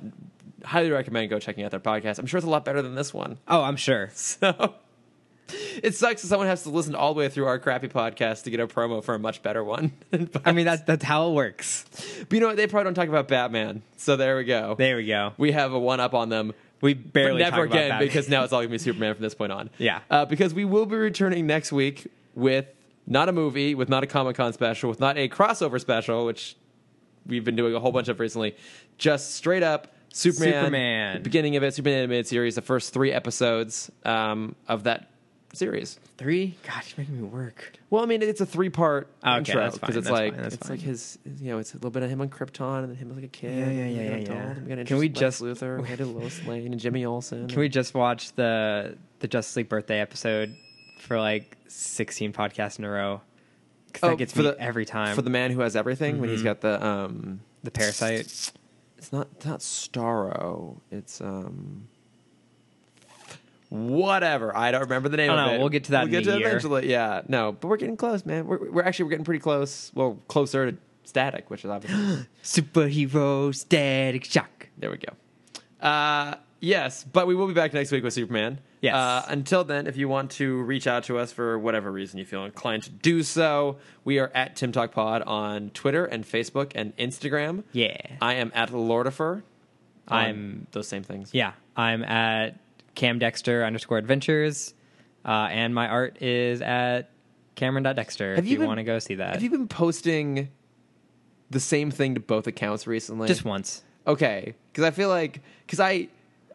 S1: highly recommend go checking out their podcast. I'm sure it's a lot better than this one.
S2: Oh, I'm sure.
S1: So it sucks that someone has to listen all the way through our crappy podcast to get a promo for a much better one. but,
S2: I mean, that's that's how it works.
S1: but you know what? They probably don't talk about Batman. So there we go.
S2: There we go.
S1: we have a one up on them.
S2: We
S1: But
S2: barely
S1: never
S2: talk about
S1: again
S2: that.
S1: because now it's all going to be Superman from this point on.
S2: Yeah.
S1: Uh, because we will be returning next week with not a movie, with not a Comic Con special, with not a crossover special, which we've been doing a whole bunch of recently, just straight up Superman,
S2: Superman.
S1: the beginning of it, Superman animated series, the first three episodes um, of that series.
S2: three. God, you're making me work.
S1: Well, I mean, it's a three part
S2: Okay,
S1: intro
S2: that's fine,
S1: because it's
S2: that's
S1: like
S2: fine, that's
S1: it's
S2: fine.
S1: like his, you know, it's a little bit of him on Krypton and then him as like a kid.
S2: Yeah, yeah,
S1: and
S2: yeah,
S1: an
S2: yeah, yeah.
S1: adult, and we got
S2: Can we
S1: Lex
S2: just-
S1: Luthor? We got into Lois Lane and Jimmy Olsen.
S2: Can we just watch the the Justice League birthday episode for like 16 podcasts in a row? Because that gets me every time. Mm-hmm.
S1: for Oh, the man who has everything when he's got the um,
S2: the parasite.
S1: it's not it's not Starro, it's um. Whatever, I don't remember the name
S2: I
S1: of
S2: know,
S1: it.
S2: we'll get to that
S1: We'll
S2: in
S1: get
S2: a
S1: to it
S2: year.
S1: eventually. Yeah, no, but we're getting close, man. We're, we're actually we're getting pretty close. Well, closer to static, which is obviously
S2: Superhero static shock.
S1: There we go. Uh, yes, but we will be back next week with Superman.
S2: Yes.
S1: Uh, until then, if you want to reach out to us for whatever reason you feel inclined to do so, we are at Tim Talk Pod on Twitter and Facebook and Instagram.
S2: Yeah.
S1: I am at Lordifer. on
S2: I'm-
S1: those same things.
S2: Yeah, I'm at Cam Dexter underscore adventures, uh, and my art is at Cameron.Dexter.
S1: Have
S2: if
S1: you
S2: you,
S1: been-
S2: want to go see that,
S1: Have you been posting the same thing to both accounts recently?
S2: just once.
S1: Okay, because I feel like because I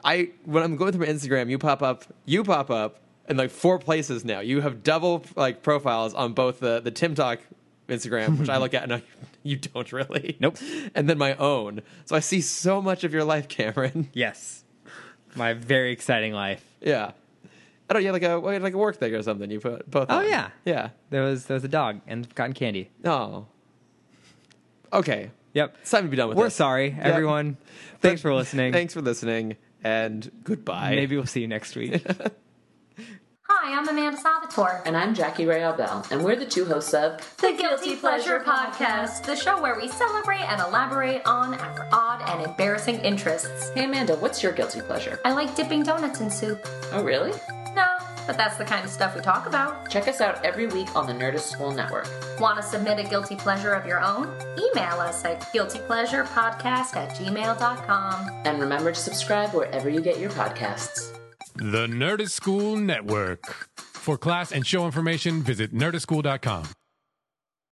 S1: I when I'm going through my Instagram, you pop up, you pop up in like four places now. You have double like profiles on both the the Tim Talk Instagram, which I look at, and I, you don't really.
S2: Nope.
S1: And then my own. So I see so much of your life, Cameron.
S2: Yes, my very exciting life.
S1: yeah. I don't. You had like a well, you had like a work thing or something. You put both.
S2: Oh,
S1: on.
S2: yeah.
S1: Yeah.
S2: There was there was a dog and cotton candy.
S1: Oh. Okay.
S2: Yep.
S1: It's time to be done with
S2: We're
S1: this.
S2: sorry, everyone. Thanks for listening.
S1: Thanks for listening, and goodbye.
S2: Maybe we'll see you next week.
S3: Hi, I'm Amanda Salvatore.
S4: And I'm Jackie Rayel Bell, and we're the two hosts of
S3: The Guilty Pleasure Podcast, the show where we celebrate and elaborate on our odd and embarrassing interests.
S4: Hey Amanda, what's your guilty pleasure?
S3: I like dipping donuts in soup.
S4: Oh, really?
S3: No, but that's the kind of stuff we talk about.
S4: Check us out every week on the Nerdist School Network.
S3: Want to submit a guilty pleasure of your own? Email us at guiltypleasurepodcast at gmail.com.
S4: And remember to subscribe wherever you get your podcasts.
S5: The Nerdist School Network. For class and show information, visit nerdistschool.com.